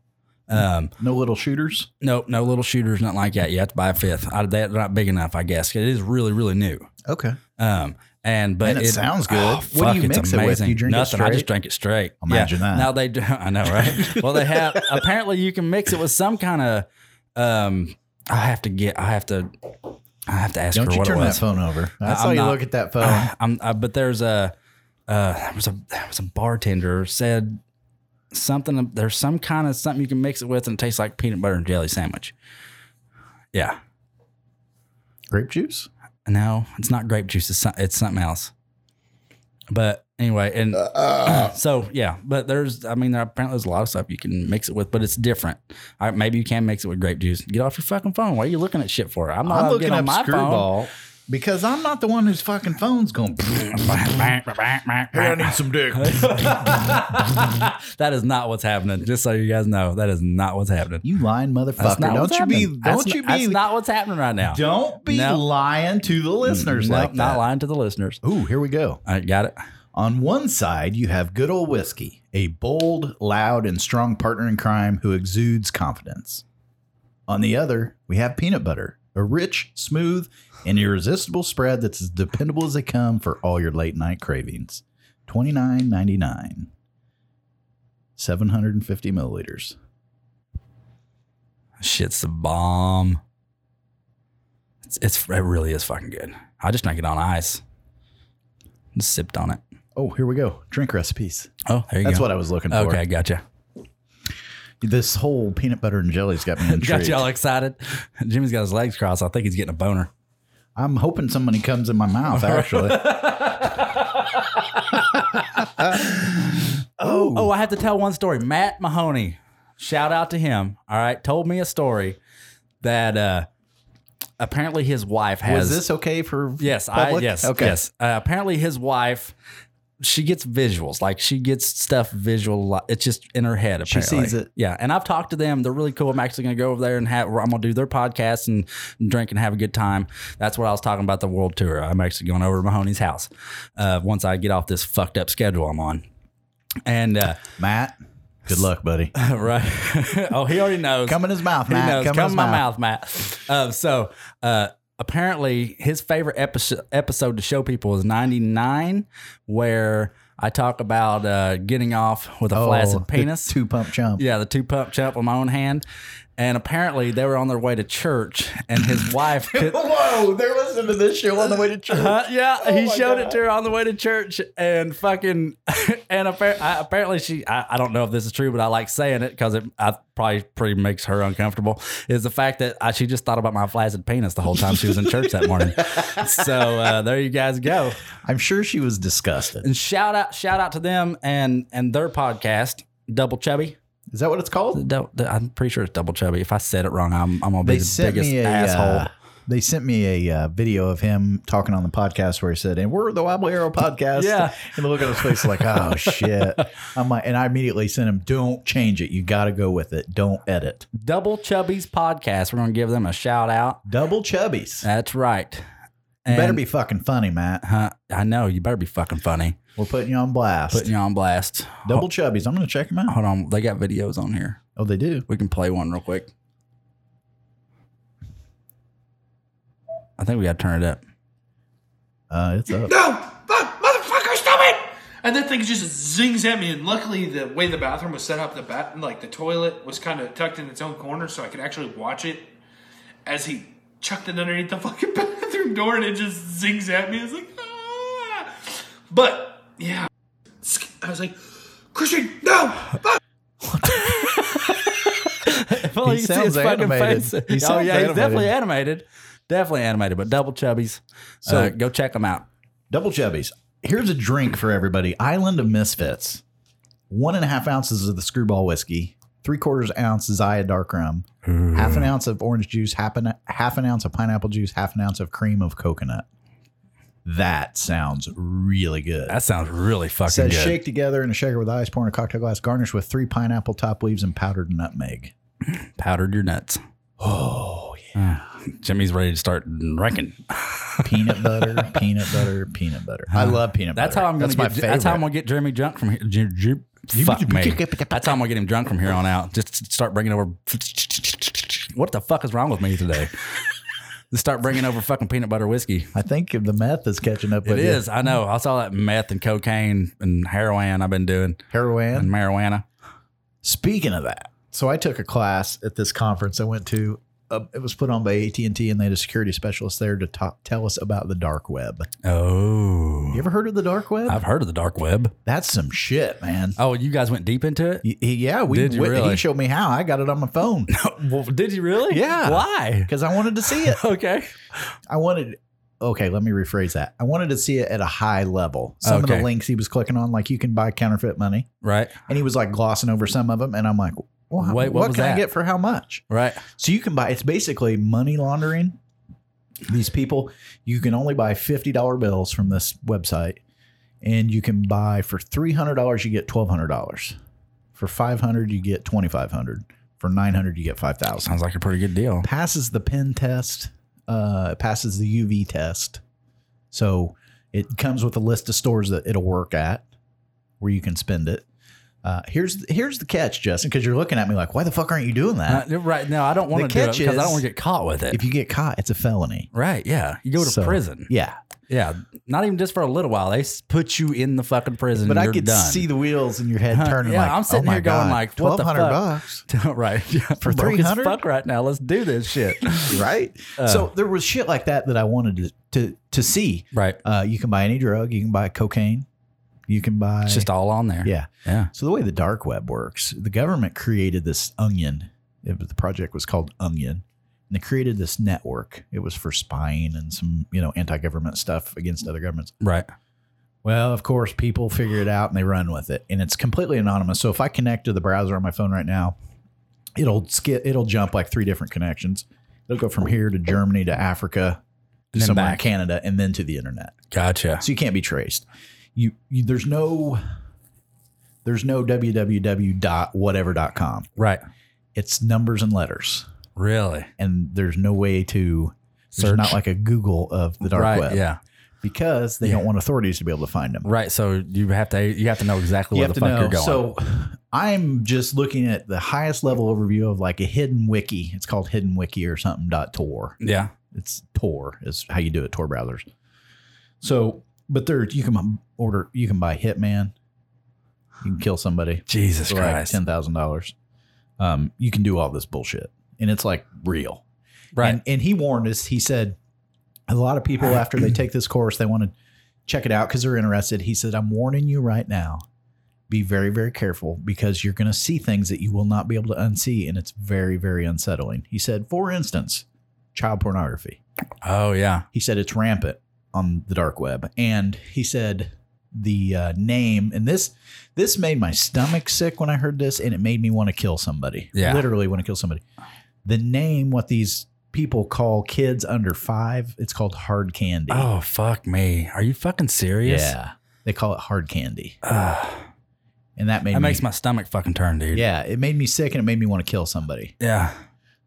S3: Um,
S6: No little shooters.
S3: nope, no little shooters, nothing like that. You have to buy a fifth. I, they're not big enough, I guess. 'cause It is really, really new.
S6: Okay.
S3: Um, and but Ah,
S6: And it sounds good. What do
S3: fuck,
S6: you
S3: it's
S6: mix it with?
S3: amazing.
S6: You drink it
S3: Nothing. I just
S6: straight?
S3: drank it straight.
S6: Imagine
S3: yeah.
S6: that.
S3: Now they do. I know, right? well, they have. Apparently, you can mix it with some kind of. Um, I have to get. I have to. I have to ask
S6: Don't
S3: her
S6: you
S3: what
S6: turn
S3: it was.
S6: that phone over. That's
S3: I'm
S6: how you
S3: not-
S6: look at that phone.
S3: I'm, uh, but there's a uh, there was a there was a bartender said something. There's some kind of something you can mix it with and it tastes like peanut butter and jelly sandwich. Yeah,
S6: Grape juice.
S3: no, it's not grape juice. It's, some, it's something else. But anyway, and
S6: Uh,
S3: so yeah, but there's I mean there apparently there's a lot of stuff you can mix it with, but it's different. All right, maybe you can mix it with grape juice. Get off your fucking phone. Why are you looking at shit for? I'm not
S6: I'm
S3: allowed to get
S6: looking
S3: on my phone.
S6: up screwball because I'm not the one whose fucking phone's going. some dick.
S3: that is not what's happening. Just so you guys know, that is not what's happening.
S6: You lying motherfucker! Don't you be? Don't
S3: That's
S6: you
S3: not, That's
S6: be?
S3: not what's happening right now.
S6: don't be
S3: No.
S6: lying to the listeners
S3: Nope,
S6: like that.
S3: not lying to the listeners.
S6: Ooh, here we go.
S3: I got it.
S6: On one side, you have good old whiskey, a bold, loud, and strong partner in crime who exudes confidence. On the other, we have peanut butter, a rich, smooth, and irresistible spread that's as dependable as they come for all your late night cravings. Twenty nine ninety nine. 750 milliliters.
S3: Shit's the bomb. It's, it's it really is fucking good. I just drank it on ice. Just sipped on it.
S6: Oh, here we go. Drink recipes.
S3: Oh, there you
S6: That's
S3: go.
S6: what I was looking for.
S3: Okay, gotcha.
S6: This whole peanut butter and jelly's got me intrigued.
S3: Got y'all excited. Jimmy's got his legs crossed. I think he's getting a boner.
S6: I'm hoping somebody comes in my mouth, actually.
S3: Oh, I have to tell one story. Matt Mahoney, shout out to him. All right, told me a story that uh apparently his wife has
S6: Was this okay for
S3: Yes, I
S6: public?
S3: yes
S6: Okay.
S3: yes. Uh, apparently, his wife, she gets visuals. Like she gets stuff visual. It's just in her head.
S6: She
S3: Apparently,
S6: sees it.
S3: Yeah, and I've talked to them. They're really cool. I'm actually going to go over there and have. I'm going to do their podcast and drink and have a good time. That's what I was talking about the world tour. I'm actually going over to Mahoney's house uh, once I get off this fucked up schedule I'm on. And uh,
S6: Matt, good luck, buddy.
S3: right, oh, he already knows.
S6: Come in his mouth,
S3: Who
S6: Matt.
S3: knows? Come,
S6: in
S3: in my mouth, Matt. Uh, so uh, apparently, his favorite episode episode to show people is ninety nine, where I talk about uh, getting off with a flaccid penis.
S6: Two pump Oh, chump.
S3: yeah, the two pump chump with my own hand. And apparently, they were on their way to church, and his wife. Could,
S6: Whoa, they're listening to this show on the way to church.
S3: Huh? Uh, yeah, he
S6: Oh my
S3: showed
S6: God.
S3: it to her on the way to church, and fucking, and appar- I, apparently she, I, I don't know if this is true, but I like saying it because it I, probably pretty makes her uncomfortable. Is the fact that I, she just thought about my flaccid penis the whole time she was in church that morning. So uh, there you guys go,
S6: I'm sure she was disgusted.
S3: and shout out, shout out to them and and their podcast, Double Chubby.
S6: Is that what it's called?
S3: Dou- I'm pretty sure it's Double Chubby. If I said it wrong, I'm I'm gonna be
S6: They
S3: the
S6: sent
S3: biggest
S6: me a
S3: asshole.
S6: uh, they sent me a uh, video of him talking on the podcast where he said, "And we're the Wobble Arrow podcast."
S3: Yeah.
S6: and the look on his face is like, "Oh shit!" I'm like, and I immediately sent him, "Don't change it. You got to go with it. Don't edit."
S3: Double Chubby's podcast. We're gonna give them a shout out.
S6: Double chubbies.
S3: That's right.
S6: You better
S3: And-
S6: be fucking funny, Matt.
S3: Huh? I know. You better be fucking funny.
S6: We're putting you on blast.
S3: Putting you on blast.
S6: Double chubbies. I'm going to check them out.
S3: Hold on. They got videos on here.
S6: Oh, they do.
S3: We can play one real quick. I think we got to turn it up.
S6: Uh, it's up.
S8: No! Fuck! Motherfucker, stop it! And that thing just zings at me, and luckily the way the bathroom was set up, the bat like the toilet was kind of tucked in its own corner, so I could actually watch it as he chucked it underneath the fucking bathroom door, and it just zings at me. It's like, ah! But yeah, I was like, Christian, no, fuck.
S3: Well,
S6: He
S3: you can see his
S6: sounds
S3: fucking
S6: animated.
S3: face.
S6: He
S3: oh
S6: sounds
S3: yeah,
S6: animated.
S3: he's definitely animated. Definitely animated, but double chubbies. So
S6: So-
S3: Uh, go check them out.
S6: Double Chubbies. Here's a drink for everybody Island of Misfits. One and a half ounces of the screwball whiskey, three quarters ounce Zaya dark rum, half an ounce of orange juice, half an, half an ounce of pineapple juice, half an ounce of cream of coconut. That sounds really good.
S3: That sounds really fucking
S6: Says
S3: good.
S6: shake together in a shaker with ice, pour in a cocktail glass, garnish with three pineapple top leaves and powdered nutmeg.
S3: Powdered your nuts. Uh,
S6: Oh, yeah.
S3: Jimmy's ready to start wrecking.
S6: peanut butter, peanut butter, peanut butter. I love peanut butter.
S3: That's how I'm gonna
S6: my
S3: get. That's how I'm
S6: favorite.
S3: gonna get Jeremy drunk from here. Jer- Jer- Fuck me. That's how I'm gonna get him drunk from here on out. Just start bringing over. What the fuck is wrong with me today? Just start bringing over fucking peanut butter whiskey.
S6: I think the meth is catching up with
S3: It
S6: you.
S3: is. I know. I saw that meth and cocaine and heroin I've been doing
S6: Heroin.
S3: and marijuana.
S6: Speaking of that, so I took a class at this conference I went to. Uh, it was put on by AT and T, and they had a security specialist there to talk, tell us about the dark web.
S3: Oh,
S6: You ever heard of the dark web?
S3: I've heard of the dark web.
S6: That's some shit, man.
S3: Oh, you guys went deep into it.
S6: Y- yeah, we,
S3: Did you
S6: we-
S3: really?
S6: he showed me how. I got it on my phone
S3: Well, did you really?
S6: Yeah.
S3: Why?
S6: because I wanted to see it.
S3: Okay.
S6: I wanted. Okay, let me rephrase that. I wanted to see it at a high level. Some of
S3: Okay.
S6: the links he was clicking on, like you can buy counterfeit money,
S3: Right.
S6: and he was like glossing over some of them, and I'm like, well,
S3: Wait, what
S6: what,
S3: was
S6: can
S3: that?
S6: I get for how much?
S3: Right.
S6: So you can buy it's basically money laundering. These people, you can only buy fifty dollar bills from this website, and you can buy for three hundred dollars you get twelve hundred dollars. For five hundred you get twenty five hundred. For nine hundred you get five thousand.
S3: Sounds like a pretty good deal.
S6: Passes the pen test. Uh, it passes the UV test. So it comes with a list of stores that it'll work at where you can spend it. Uh, here's here's the catch, Justin, because you're looking at me like, why the fuck aren't you doing that?
S3: Uh, right. No, I don't want to
S6: The
S3: do it
S6: catch
S3: because I
S6: is-
S3: don't want to get caught with it.
S6: if you get caught, it's a felony.
S3: right. Yeah. You go to
S6: So,
S3: prison.
S6: Yeah.
S3: Yeah. Not even just for a little while. They s- put you in the fucking prison.
S6: But
S3: and
S6: I
S3: you're
S6: could
S3: done.
S6: see the wheels in your head
S3: Huh,
S6: turning.
S3: yeah,
S6: like,
S3: I'm sitting
S6: oh my
S3: here going
S6: God,
S3: like, what the fuck?
S6: bucks,
S3: right. Yeah.
S6: For
S3: I'm broke as
S6: 300?
S3: Fuck right now. Let's do this shit.
S6: right?
S3: Uh.
S6: so there was shit like that that I wanted to to, to see.
S3: right.
S6: Uh, you can buy any drug. You can buy cocaine. You can buy.
S3: It's just all on there.
S6: yeah.
S3: Yeah.
S6: So the way the dark web works, the government created this onion. It, was- the project was called Onion, and they created this network. It was for spying and some you know anti-government stuff against other governments.
S3: Right.
S6: Well, of course, people figure it out and they run with it, and it's completely anonymous. So if I connect to the browser on my phone right now, it'll skip, it'll jump like three different connections. It'll go from here to Germany to Africa, to
S3: And then
S6: somewhere
S3: back.
S6: in Canada, and then to the internet.
S3: Gotcha.
S6: So you can't be traced. You, you there's no there's no www.whatever.com.
S3: Right.
S6: It's numbers and letters,
S3: Really.
S6: and there's no way to. There's not like a Google of the dark
S3: right.
S6: web
S3: Yeah.
S6: because they don't want authorities to be able to find them.
S3: Right. So you have to you have to know exactly
S6: you
S3: where
S6: have
S3: the
S6: to
S3: fuck
S6: know.
S3: you're going.
S6: So I'm just looking at the highest level overview of like a hidden wiki. It's called hidden wiki or something dot tor.
S3: yeah.
S6: It's Tor is how you do it. Tor browsers. So, but there you can order. You can buy Hitman. You can kill somebody
S3: Jesus
S6: for like
S3: Christ.
S6: ten thousand dollars. Um, you can do all this bullshit, and it's like real.
S3: right.
S6: And, and he warned us. He said, a lot of people after they take this course, they want to check it out because they're interested. He said, I'm warning you right now. Be very, very careful because you're going to see things that you will not be able to unsee, and it's very, very unsettling. He said, for instance, child pornography.
S3: oh yeah.
S6: He said it's rampant on the dark web, and he said the uh, name and this this made my stomach sick when I heard this, and it made me want to kill somebody.
S3: Yeah.
S6: literally want to kill somebody. The name, what these people call kids under five, it's called hard candy.
S3: Oh fuck me. Are you fucking serious?
S6: yeah, they call it hard candy,
S3: Ugh.
S6: and that made
S3: that
S6: me,
S3: makes my stomach fucking turn, dude.
S6: yeah, it made me sick, and it made me want to kill somebody.
S3: Yeah.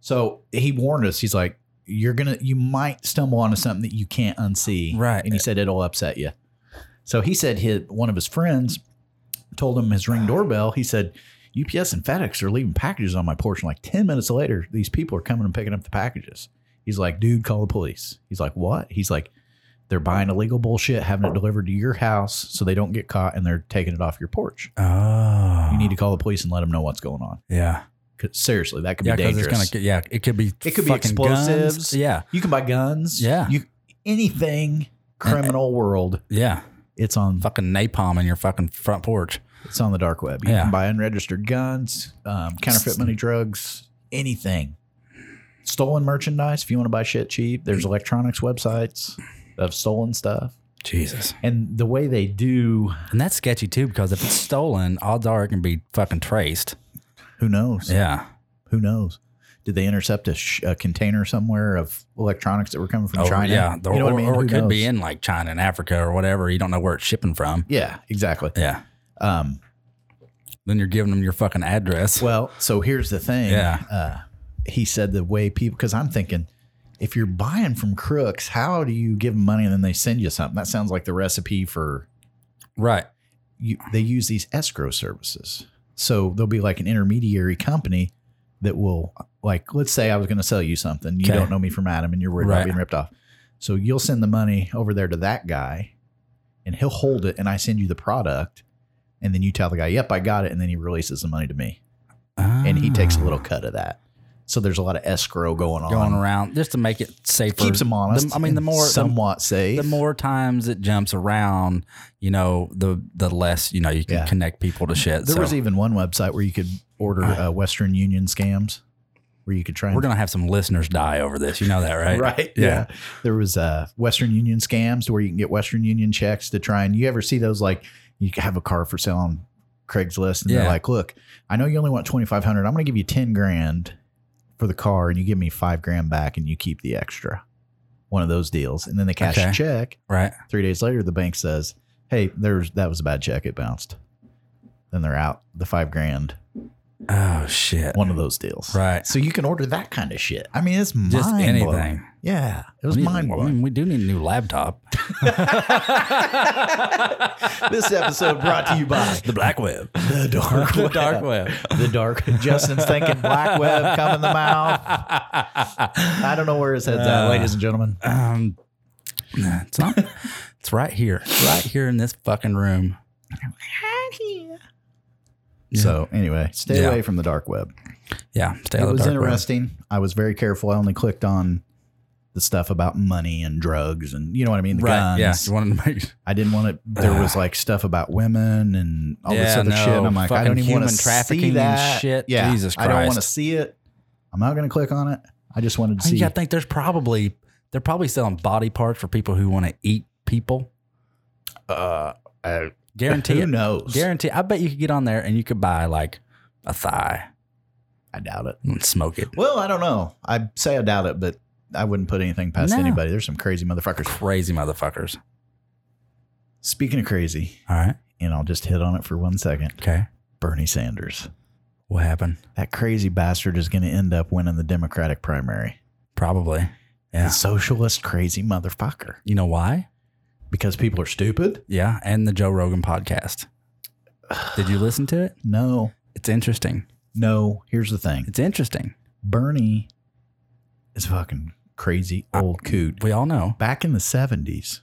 S6: So he warned us. He's like, "You're gonna, you might stumble onto something that you can't unsee."
S3: Right.
S6: And he said it'll upset you. So he said his one of his friends told him his ring doorbell. He said, "UPS and FedEx are leaving packages on my porch." And like ten minutes later, these people are coming and picking up the packages. He's like, "Dude, call the police." He's like, "What?" He's like, "They're buying illegal bullshit, having it delivered to your house, so they don't get caught, and they're taking it off your porch.
S3: Oh.
S6: You need to call the police and let them know what's going on."
S3: Yeah.
S6: 'Cause seriously, that could
S3: Yeah,
S6: be
S3: because
S6: dangerous.
S3: it's gonna. get- Yeah, it could be.
S6: It could be
S3: fucking guns.
S6: explosives.
S3: Yeah,
S6: You can buy guns.
S3: Yeah.
S6: You anything criminal world.
S3: yeah.
S6: It's on
S3: Fucking napalm in your fucking front porch.
S6: it's on the dark web. You
S3: Yeah.
S6: can buy unregistered guns, um, counterfeit money, drugs, anything. Stolen merchandise. If you want to buy shit cheap, there's electronics websites of stolen stuff.
S3: Jesus.
S6: And the way they do,
S3: And that's sketchy too because if it's stolen, odds are it can be fucking traced.
S6: who knows?
S3: Yeah.
S6: Who knows? Did they intercept a, sh- a container somewhere of electronics that were coming from
S3: Or- Oh,
S6: China?
S3: Yeah.
S6: you know
S3: or
S6: what I mean?
S3: or
S6: Who
S3: it could be
S6: knows?
S3: in like China and Africa or whatever. You don't know where it's shipping from.
S6: Yeah, exactly.
S3: Yeah.
S6: Um,
S3: Then you're giving them your fucking address.
S6: well, so here's the thing.
S3: Yeah.
S6: Uh, he said the way people, because I'm thinking, if you're buying from crooks, how do you give them money and then they send you something? That sounds like the recipe for
S3: right.
S6: you, they use these escrow services. So there'll be like an intermediary company that will, like, let's say I was going to sell you something. You
S3: Okay.
S6: don't know me from Adam and you're worried
S3: Right.
S6: about being ripped off. So you'll send the money over there to that guy and he'll hold it and I send you the product. And then you tell the guy, yep, I got it. And then he releases the money to me and he takes a little cut of that. So there's a lot of escrow going on.
S3: Ah. going around just to make it safer.
S6: Keeps them honest.
S3: The- I mean, the
S6: and
S3: more the,
S6: somewhat safe.
S3: the more times it jumps around, you know, the the less you know you can
S6: Yeah.
S3: connect people to shit.
S6: There
S3: so Ah.
S6: was even one website where you could order uh, Western Union scams, where you could try. And
S3: we're gonna have some listeners die over this. You know that, right?
S6: right,
S3: Yeah.
S6: yeah. There was uh, Western Union scams where you can get Western Union checks to try and you ever see those like you have a car for sale on Craigslist and
S3: Yeah.
S6: they're like, look, I know you only want twenty five hundred. I'm going to give you ten grand for the car, and you give me five grand back, and you keep the extra. One of those deals, and then they cash
S3: Okay.
S6: a check.
S3: Right.
S6: Three days later, the bank says, "Hey, there's that was a bad check. It bounced." Then they're out the five grand.
S3: Oh shit.
S6: one of those deals.
S3: Right.
S6: So you can order that kind of shit. I mean, it's mind
S3: Just
S6: anything.
S3: anything.
S6: Yeah. It was
S3: We need-
S6: mind
S3: I
S6: blowing.
S3: mean, we do need a new laptop.
S6: this episode brought to you by
S3: the black web.
S6: the dark
S3: The
S6: web.
S3: dark web.
S6: The dark. Justin's thinking black web coming the mouth. I don't know where his head's
S3: Uh,
S6: at, ladies and gentlemen.
S3: Um, nah, it's not. it's right here, right here in this fucking room.
S6: So anyway, stay
S3: Yeah.
S6: away from the dark web.
S3: Yeah, stay out
S6: it
S3: of the
S6: was
S3: dark web.
S6: interesting. I was very careful. I only clicked on the stuff about money and drugs and you know what I mean. The
S3: Right.
S6: guns.
S3: Yeah. You wanted to make
S6: I didn't want it. There was like stuff about women and all this
S3: Yeah,
S6: other shit.
S3: no,
S6: And I'm like, I don't
S3: fucking
S6: even want to
S3: human trafficking
S6: see
S3: and
S6: that
S3: shit.
S6: Yeah,
S3: Jesus
S6: I don't want to
S3: Christ.
S6: see it. I'm not going to click on it. I just wanted to
S3: I
S6: see.
S3: mean, I think there's probably they're probably selling body parts for people who want to eat people.
S6: uh, uh,
S3: Guarantee
S6: who
S3: it.
S6: knows?
S3: Guarantee. I bet you could get on there and you could buy like a thigh
S6: I doubt it.
S3: and smoke it.
S6: Well, I don't know. I say I doubt it, but I wouldn't put anything past
S3: No.
S6: anybody. There's some crazy motherfuckers.
S3: Crazy motherfuckers.
S6: Speaking of crazy,
S3: All right.
S6: and I'll just hit on it for one second.
S3: Okay.
S6: Bernie Sanders,
S3: What happened?
S6: that crazy bastard, is going to end up winning the Democratic primary.
S3: Probably. Yeah.
S6: The socialist crazy motherfucker.
S3: You know why?
S6: Because people are stupid.
S3: Yeah. And the Joe Rogan podcast. Did you listen to it?
S6: No,
S3: It's interesting.
S6: no. Here's the thing.
S3: It's interesting.
S6: Bernie is a fucking crazy old coot.
S3: We all know.
S6: Back in the 70s,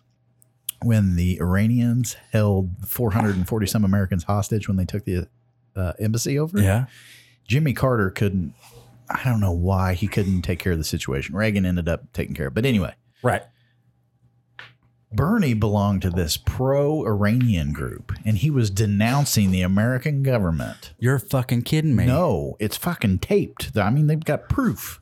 S6: when the Iranians held 440 some Americans hostage when they took the uh, embassy over,
S3: Yeah.
S6: Jimmy Carter couldn't, I don't know why he couldn't take care of the situation. Reagan ended up taking care of it. But anyway,
S3: Right.
S6: Bernie belonged to this pro Iranian group and he was denouncing the American government.
S3: You're fucking kidding me.
S6: No, it's fucking taped. I mean, they've got proof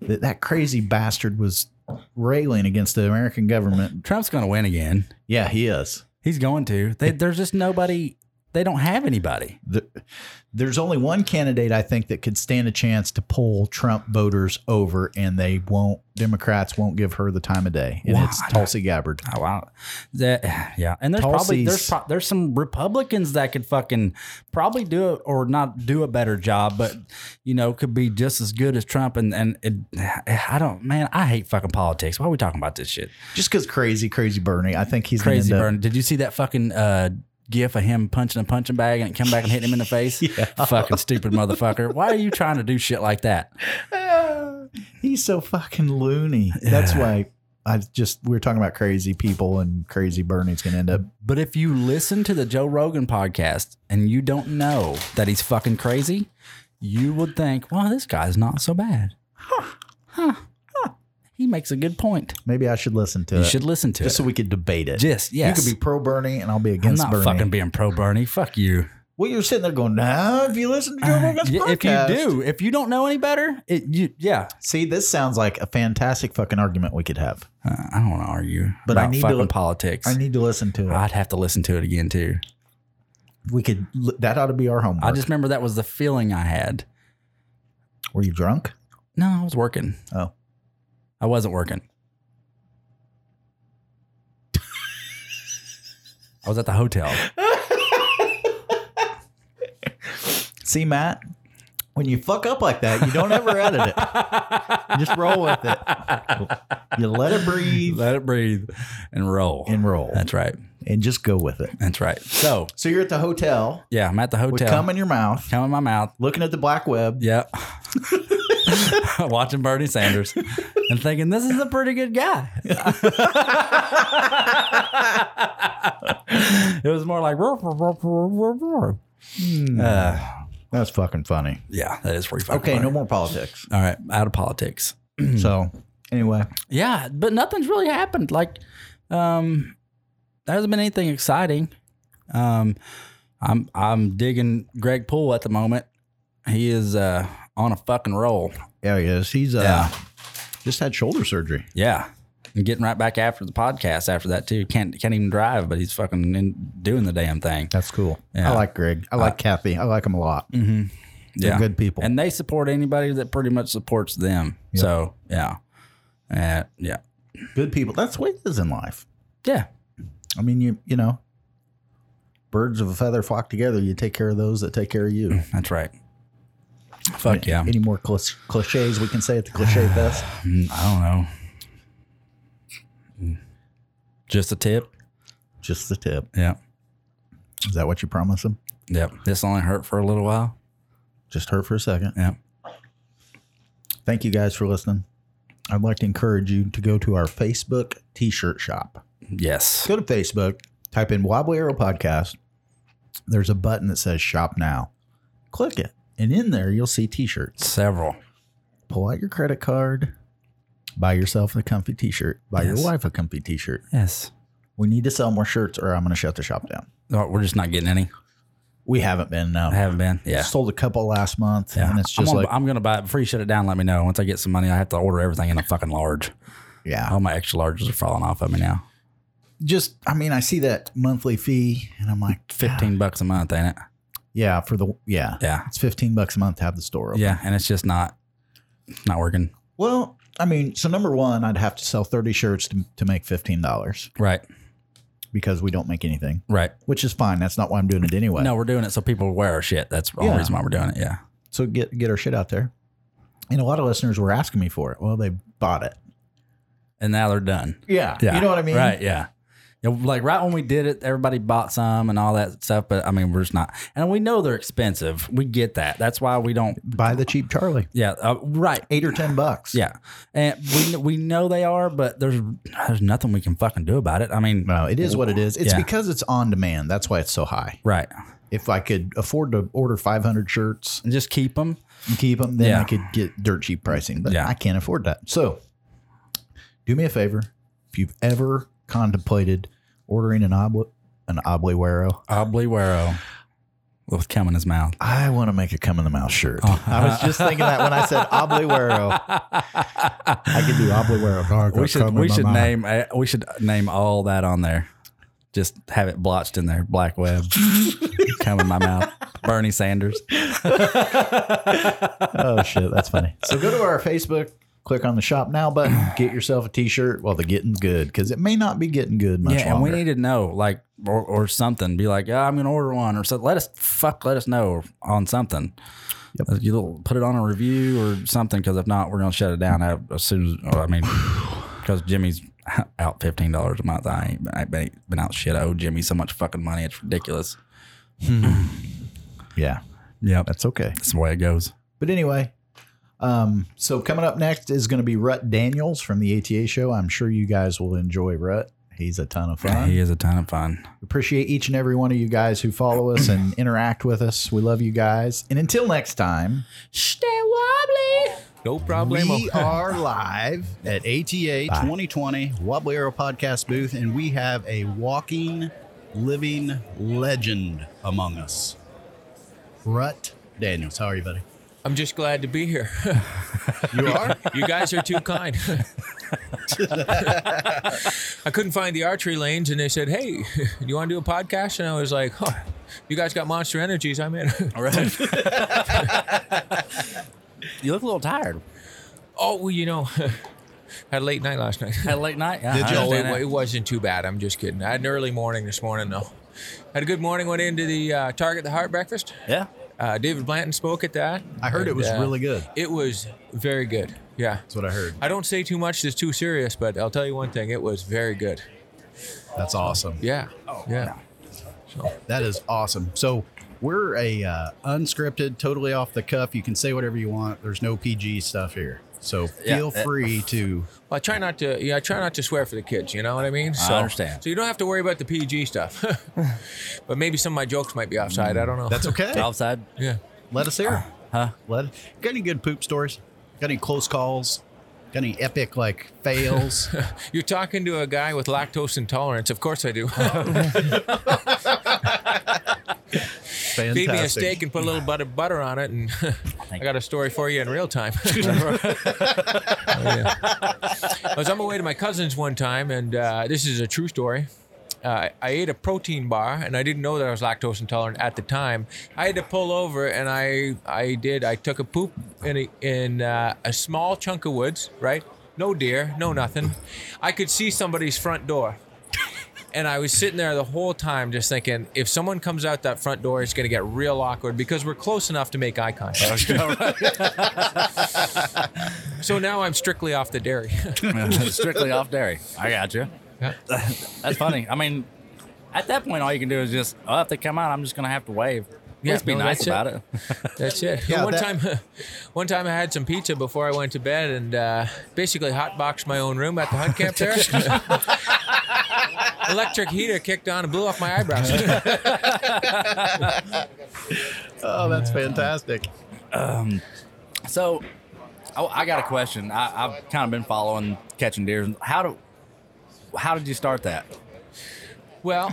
S6: that that crazy bastard was railing against the American government.
S3: Trump's going to win again.
S6: Yeah, he is.
S3: He's going to. They, there's just nobody. They don't have anybody.
S6: The- There's only one candidate I think that could stand a chance to pull Trump voters over, and they won't. Democrats won't give her the time of day, and it's
S3: Why?
S6: Tulsi Gabbard.
S3: Oh, wow. That, yeah. And there's probably there's
S6: Tulsi's-
S3: pro- there's some Republicans that could fucking probably do it or not do a better job, but you know could be just as good as Trump. And and it, I don't man, I hate fucking politics. Why are we talking about this shit?
S6: Just because crazy, crazy Bernie, I think he's gonna
S3: Crazy
S6: end up-
S3: burn. Did you see that fucking uh, gif of him punching a punching bag and it come back and hit him in the face? Fucking stupid motherfucker. Why are you trying to do shit like that?
S6: He's so fucking loony. That's why. I just we were talking about crazy people and crazy Bernie's gonna end up
S3: But if you listen to the Joe Rogan podcast and you don't know that he's fucking crazy, you would think, well, this guy's not so bad. Huh. Huh. He makes a good point.
S4: Maybe I should listen to it.
S3: You should listen to
S4: just
S3: it.
S4: so we could debate it.
S3: Just- yes.
S4: You could be pro Bernie, and I'll be
S3: I'm
S4: against
S3: not
S4: Bernie.
S3: fucking being pro Bernie. Fuck you.
S4: well, you're sitting there going, "No, if you listen to Joe Rogan's
S3: Yeah, if you
S4: podcast."
S3: do, if you don't know any better, it you yeah.
S4: see, this sounds like a fantastic fucking argument we could have.
S3: Uh, I don't want to argue,
S4: But I
S3: about
S4: need to
S3: fucking
S4: look-
S3: politics.
S4: I need to listen to it.
S3: I'd have to listen to it again too.
S4: we could. That ought to be our homework.
S3: I just remember that was the feeling I had.
S4: Were you drunk?
S3: No, I was working.
S4: Oh,
S3: I wasn't working. I was at the hotel.
S4: see, Matt. When you fuck up like
S6: Uh,
S4: that, you don't ever edit it. You just roll with it. You let it breathe
S3: Let it breathe and roll.
S4: and roll,
S3: That's right.
S4: and just go with it.
S3: That's right. So
S4: So you're at the hotel
S3: yeah, I'm at the
S4: with
S3: hotel.
S4: cum in your mouth,
S3: Come in my mouth.
S4: looking at the black web.
S3: Yep. Watching Bernie Sanders and thinking this is a pretty good guy. it was more like "Roar, roar, roar, roar, roar, roar." Uh,
S4: That's fucking funny.
S3: yeah, that is pretty fucking
S4: Hmm. Okay,
S3: funny.
S4: no more politics.
S3: All right, out of politics.
S4: so anyway,
S3: Yeah, but nothing's really happened. Like, um, there hasn't been anything exciting. Um, I'm I'm digging Greg Poole at the moment. He is uh, on a fucking roll.
S4: yeah, he is. He's uh,
S3: Yeah.
S4: just had shoulder surgery.
S3: Yeah. And getting right back after the podcast after that too. Can't can't even drive, but he's fucking in, doing the damn thing.
S4: That's cool.
S3: Yeah.
S4: I like Greg. I like Kathy. I like him a lot. They're
S3: yeah.
S4: good people.
S3: And they support anybody that pretty much supports them. So yeah. Uh, yeah.
S4: good people. That's what it is in life.
S3: Yeah.
S4: I mean, you you know, birds of a feather flock together. You take care of those that take care of you.
S3: That's right. Fuck yeah.
S4: Any more cl- cliches we can say at the cliche fest?
S3: Mm, I don't know. Mm. Just a tip.
S4: Just the tip.
S3: Yeah.
S4: Is that what you promised them?
S3: Yep. This only hurt for a little while.
S4: Just hurt for a second.
S3: Yeah.
S4: Thank you guys for listening. I'd like to encourage you to go to our Facebook T-shirt shop.
S3: Yes.
S4: go to Facebook, type in Wobbly Arrow Podcast. There's a button that says Shop Now. Click it, and in there you'll see T-shirts.
S3: Several.
S4: Pull out your credit card, buy yourself a comfy T-shirt, buy
S3: Yes.
S4: your wife a comfy T-shirt.
S3: Yes.
S4: We need to sell more shirts, or I'm going to shut the shop down.
S3: Oh, we're just not getting any.
S4: We haven't been no.
S3: I haven't been. Yeah.
S4: Sold a couple last month,
S3: Yeah.
S4: and it's
S3: I'm
S4: just
S3: gonna,
S4: like
S3: I'm gonna buy it before you shut it down. Let me know once I get some money. I have to order everything in a fucking large.
S4: yeah.
S3: All my extra larges are falling off of me now.
S4: Just I mean, I see that monthly fee, and I'm like,
S3: Fifteen bucks a month, ain't it?
S4: yeah, for the yeah,
S3: Yeah,
S4: it's fifteen bucks a month to have the store open.
S3: yeah, and it's just not, it's not working.
S4: Well, I mean, so number one, I'd have to sell thirty shirts to, to make fifteen dollars.
S3: Right,
S4: because we don't make anything,
S3: right.
S4: which is fine. That's not why I'm doing it anyway.
S3: No, we're doing it so people wear our shit. That's the
S4: Yeah.
S3: only reason why we're doing it. Yeah,
S4: So get get our shit out there. And a lot of listeners were asking me for it. Well, they bought it.
S3: and now they're done.
S4: Yeah.
S3: Yeah,
S4: You know what I mean?
S3: Right, yeah. You know, Like right when we did it, everybody bought some and all that stuff. But I mean, we're just not, and we know they're expensive. We get that. That's why we don't.
S4: Buy the cheap Charlie.
S3: Yeah, uh, right.
S4: Eight or ten bucks.
S3: Yeah, and we we know they are, but there's there's nothing we can fucking do about it. I mean,
S4: No, it is what it is. It's
S3: Yeah.
S4: because it's on demand. That's why it's so high.
S3: right?
S4: If I could afford to order 500 shirts
S3: And just keep them.
S4: and keep them, then
S3: Yeah.
S4: I could get dirt cheap pricing. But
S3: Yeah.
S4: I can't afford that. So do me a favor. If you've ever contemplated ordering an obli an obliwero,
S3: Obliwero with cum in his mouth.
S4: I want to make a cum in the mouth shirt. I was just thinking that when I said obliwero, I could do obliwero.
S3: we should we should name uh, we should name all that on there. Just have it blotched in there. Black web cum in my mouth. Bernie Sanders.
S4: Oh shit, that's funny. So go to our Facebook, click on the shop now button, get yourself a T-shirt while the getting's good, because it may not be getting good much
S3: yeah, and
S4: longer.
S3: we need to know like or, or something. Be like, yeah, I'm gonna order one or so. Let us fuck. Let us know on something. Uh, You'll put it on a review or something because if not, we're gonna shut it down as as soon as. Or, I mean, because Jimmy's out fifteen dollars a month. I ain't, I ain't been out shit. I owe Jimmy so much fucking money. It's ridiculous.
S4: yeah,
S3: Yeah, that's
S4: that's okay.
S3: that's the way it goes.
S4: But anyway, um, so coming up next is going to be Rut Daniels from the ATA show. I'm sure you guys will enjoy Rut. He's a ton of fun.
S3: He is a ton of fun.
S4: appreciate each and every one of you guys who follow us and interact with us. We love you guys. And until next time.
S3: Stay wobbly.
S9: No problemo.
S6: We are live at ATA 2020 Wobbly Arrow Podcast booth, and we have a walking, living legend among us. Rut Daniels, how are you, buddy?
S9: I'm just glad to be here.
S6: You are?
S9: You guys are too kind. I couldn't find the archery lanes, and they said, "Hey, you want to do a podcast?" And I was like, "Huh, you guys got Monster Energies. I'm in."
S3: All right. you look a little tired.
S9: oh, well, you know, had a late night last night.
S3: Had a late night. Yeah,
S6: Did
S3: I
S6: you?
S9: No,
S3: understand
S9: it,
S3: that.
S9: it wasn't too bad. I'm just kidding. I had an early morning this morning, though. Had a good morning. Went into the uh, Target, the Heart Breakfast.
S3: Yeah.
S9: Uh, David Blanton spoke at that.
S6: I heard it was really good.
S9: It was very good. Yeah.
S6: That's what I heard.
S9: I don't say too much that's too serious, but I'll tell you one thing: it was very good.
S6: That's awesome.
S9: Yeah. Oh, yeah.
S6: That is awesome. So we're a uh, unscripted, totally off the cuff. You can say whatever you want. There's no PG stuff here. So
S3: Yeah,
S6: feel
S3: that-
S6: free to.
S9: Well, I try not to. Yeah, I try not to swear for the kids. You know what I mean? So,
S3: understand.
S9: So you don't have to worry about the PG stuff. but maybe some of my jokes might be offside. I don't know.
S6: That's okay.
S3: Outside.
S9: yeah.
S6: Let us hear. it.
S3: Huh?
S6: Let got any good poop stories? Got any close calls? Got any epic like fails?
S9: You're talking to a guy with lactose intolerance. Of course I do.
S6: Fantastic.
S9: Feed me a steak and put a little butter butter on it, and I got a story for you in real time. Oh, yeah. I was on my way to my cousin's one time, and uh, this is a true story. Uh, I ate a protein bar, and I didn't know that I was lactose intolerant at the time. I had to pull over, and I I did. I took a poop in a, in uh, a small chunk of woods, right? No deer, no nothing. I could see somebody's front door. And I was sitting there the whole time just thinking, if someone comes out that front door, it's going to get real awkward because we're close enough to make eye contact. so now I'm strictly off the dairy.
S3: Strictly off dairy. I got you.
S9: Yeah.
S3: That's funny. I mean, at that point, all you can do is just, oh, if they come out, I'm just going to have to wave.
S9: Yeah,
S3: Let's be
S9: no,
S3: nice
S9: that's it.
S3: about it.
S9: That's it.
S6: Yeah,
S9: one
S6: that-
S9: time, one time I had some pizza before I went to bed and uh, basically hotboxed my own room at the hunt camp there. Electric heater kicked on and blew off my eyebrows.
S6: Oh, that's fantastic.
S3: So, oh, I got a question. I, I've kind of been following catching deer. How do, how did you start that?
S9: Well,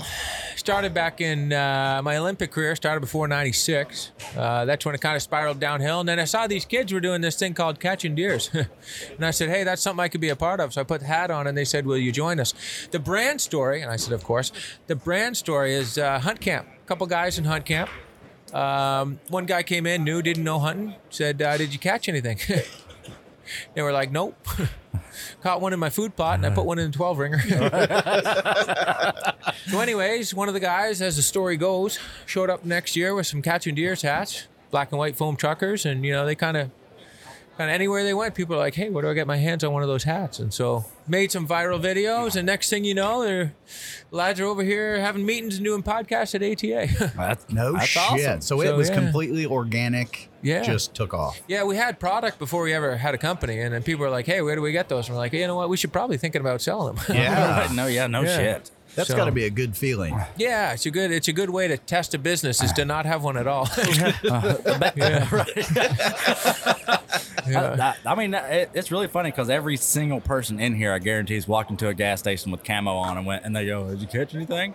S9: started back in uh, my Olympic career, started before 96. Uh, that's when it kind of spiraled downhill. And then I saw these kids were doing this thing called catching deers. and I said, hey, that's something I could be a part of. So I put the hat on and they said, will you join us? The brand story, and I said, of course, the brand story is uh, Hunt Camp. A couple guys in Hunt Camp. Um, one guy came in, new, didn't know hunting, said, uh, did you catch anything? they were like, nope. Caught one in my food plot and I put one in the 12 ringer. So, anyways, one of the guys, as the story goes, showed up next year with some catch and deers hats, black and white foam truckers, and you know they kind of, kind of anywhere they went, people are like, hey, where do I get my hands on one of those hats? And so made some viral videos, and next thing you know, they're lads are over here having meetings and doing podcasts at ATA.
S3: That's,
S6: No
S3: that's
S6: shit.
S3: awesome.
S6: So it
S9: So,
S6: was
S9: yeah.
S6: completely organic.
S9: Yeah.
S6: Just took off.
S9: yeah, we had product before we ever had a company, and then people are like, hey, where do we get those? And we're like, you know what, we should probably thinking about selling them.
S6: Yeah.
S3: no, yeah, no
S9: Yeah.
S3: shit.
S6: That's
S9: So-
S6: got to be a good feeling.
S9: yeah, it's a good it's a good way to test a business is to not have one at all. Uh.
S3: I- I, I mean, it, it's really funny because every single person in here, I guarantee, is walked into a gas station with camo on and went, and they go, "Did you catch anything?"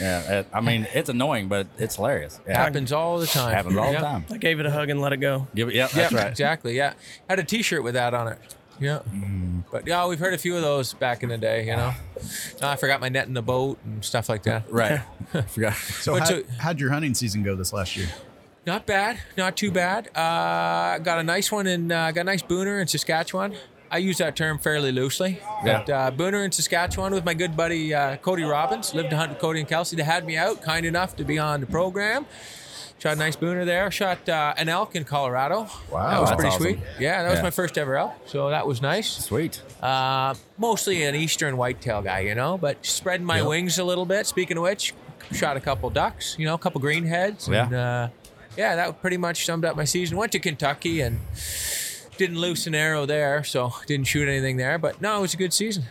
S3: Yeah, it, I mean, it's annoying, but it's hilarious. Yeah.
S9: happens all the time.
S3: happens all the
S9: Yeah.
S3: time.
S10: I gave it a hug and let it go.
S3: Give it, yep,
S9: Yeah,
S3: that's right.
S9: exactly. Yeah, had a T-shirt with that on it. Yeah,
S3: Mm.
S9: but yeah, we've heard a few of those back in the day. You know, No, I forgot my net in the boat and stuff like that.
S3: Ah. Right. Forgot.
S6: So,
S9: But
S6: how,
S9: so-
S6: how'd your hunting season go this last year?
S9: Not bad, not too bad. Uh, got a nice one in uh, got a nice booner in Saskatchewan. I use that term fairly loosely.
S3: Yeah.
S9: But uh, booner in Saskatchewan with my good buddy uh, Cody Robbins. Lived to hunt with Cody and Kelsey. They had me out, kind enough to be on the program. Shot a nice booner there. Shot uh, an elk in Colorado.
S6: Wow,
S9: that was
S3: that's
S9: pretty
S3: awesome.
S9: sweet. Yeah, that was
S3: Yeah.
S9: my first ever elk, so that was nice.
S3: Sweet.
S9: Uh, mostly an eastern whitetail guy, you know, but spreading my wings a little bit. Speaking of which, shot a couple ducks, you know, a couple greenheads. And, uh, yeah, that pretty much summed up my season. Went to Kentucky and didn't loose an arrow there, so didn't shoot anything there. But no, it was a good season.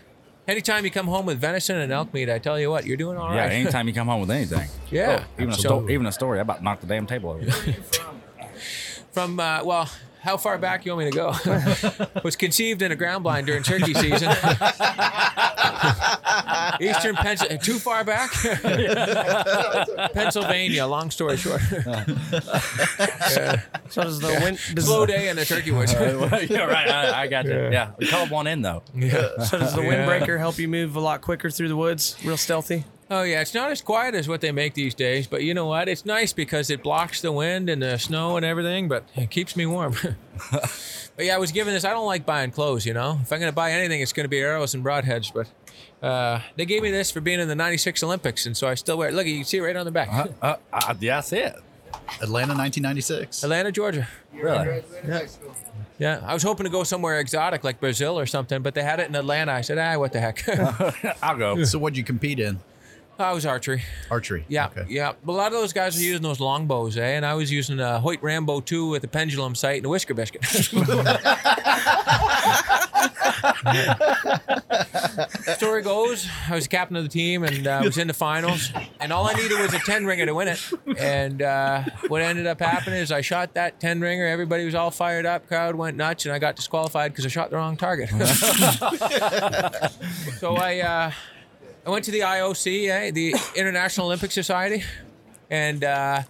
S9: Anytime you come home with venison and elk meat, I tell you what, you're doing all
S3: yeah.
S9: right.
S3: Anytime you come home with anything, Oh,
S9: Yeah.
S3: even a,
S9: So-
S3: sto- even a story, I about knocked the damn table over.
S9: from uh, well How far back you want me to go? was conceived in a ground blind during turkey season. Eastern Pennsylvania. Too far back? Pennsylvania. Long story short.
S10: So does the wind? Does,
S9: Slow day in the turkey woods.
S3: yeah, right. I, I got you. Yeah. We called one in though.
S10: Uh, so does the windbreaker help you move a lot quicker through the woods? Real stealthy.
S9: Oh yeah, it's not as quiet as what they make these days, but you know what? It's nice because it blocks the wind and the snow and everything, but it keeps me warm. but yeah, I was given this. I don't like buying clothes, you know. If I'm going to buy anything, it's going to be arrows and broadheads. But uh, they gave me this for being in the '96 Olympics, and so I still wear it. Look, you can see it right on the back.
S10: Uh-huh.
S3: Uh, uh, yeah, that's it.
S6: Atlanta, 1996.
S9: Atlanta, Georgia.
S3: Really?
S9: Yeah, I was hoping to go somewhere exotic like Brazil or something, but they had it in Atlanta. I said, ah, what the heck?
S10: Uh-huh.
S3: I'll go.
S6: So what'd you compete in?
S9: I was archery.
S6: Archery.
S9: Yeah,
S6: Okay.
S9: yeah. But a lot of those guys were using those longbows, eh? And I was using a Hoyt Rambo 2 with a pendulum sight and a whisker biscuit. Story goes, I was captain of the team and uh, was in the finals, and all I needed was a ten ringer to win it. And uh, what ended up happening is I shot that ten ringer. Everybody was all fired up, crowd went nuts, and I got disqualified because I shot the wrong target. so I. Uh, I went to the IOC, eh, the International Olympic Society, and uh,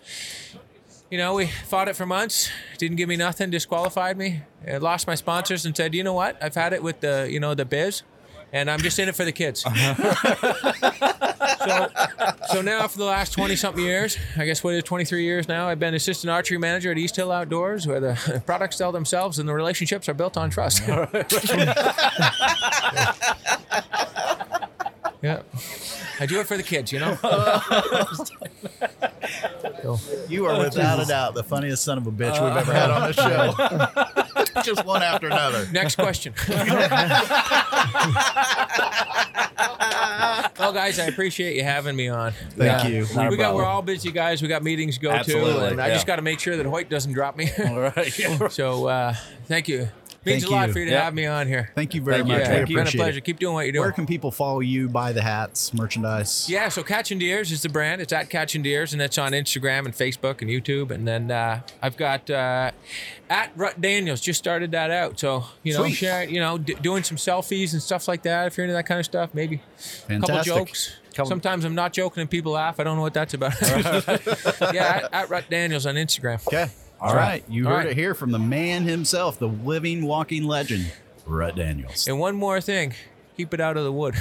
S9: you know we fought it for months. Didn't give me nothing, disqualified me. I lost my sponsors and said, you know what? I've had it with the you know the biz, and I'm just in it for the kids. so, so now for the last twenty something years, I guess what is it, 23 years now, I've been assistant archery manager at East Hill Outdoors, where the products sell themselves and the relationships are built on trust. yeah, I do it for the kids, you know.
S6: You are without a doubt the funniest son of a bitch
S9: Uh,
S6: we've ever had on the show. Just one after another.
S9: Next question. well, guys, I appreciate you having me on.
S6: Thank you.
S9: We
S6: Not a
S9: got we're all busy guys. We got meetings to go to,
S3: Absolutely,
S9: and I
S3: yeah.
S9: just got to make sure that Hoyt doesn't drop me.
S3: All right.
S9: so, uh, thank you. Means
S6: Thank
S9: a lot
S6: you.
S9: for you to
S3: Yeah.
S9: have me on here.
S6: Thank you very
S3: Thank you.
S6: much.
S9: yeah,
S6: We
S9: it's been a
S6: appreciate
S9: pleasure.
S6: it.
S9: Keep doing what you're
S6: Where
S9: doing.
S6: can people follow you, buy the hats, merchandise?
S9: Yeah, so Catch and Deers is the brand. It's at Catch and Deers, and that's on Instagram and Facebook and YouTube. And then uh, I've got uh, at Rut Daniels. Just started that out, so you know,
S6: Sweet.
S9: share, you know, d- doing some selfies and stuff like that. If you're into that kind of stuff, maybe a
S6: Fantastic.
S9: couple jokes. Sometimes I'm not joking and people laugh. I don't know what that's about. yeah, at, at Rut Daniels on Instagram.
S6: Okay. All right.
S9: right.
S6: You
S9: All
S6: heard
S9: right.
S6: it here from the man himself, the living, walking legend, Rhett Daniels.
S9: And one more thing, keep it out of the wood.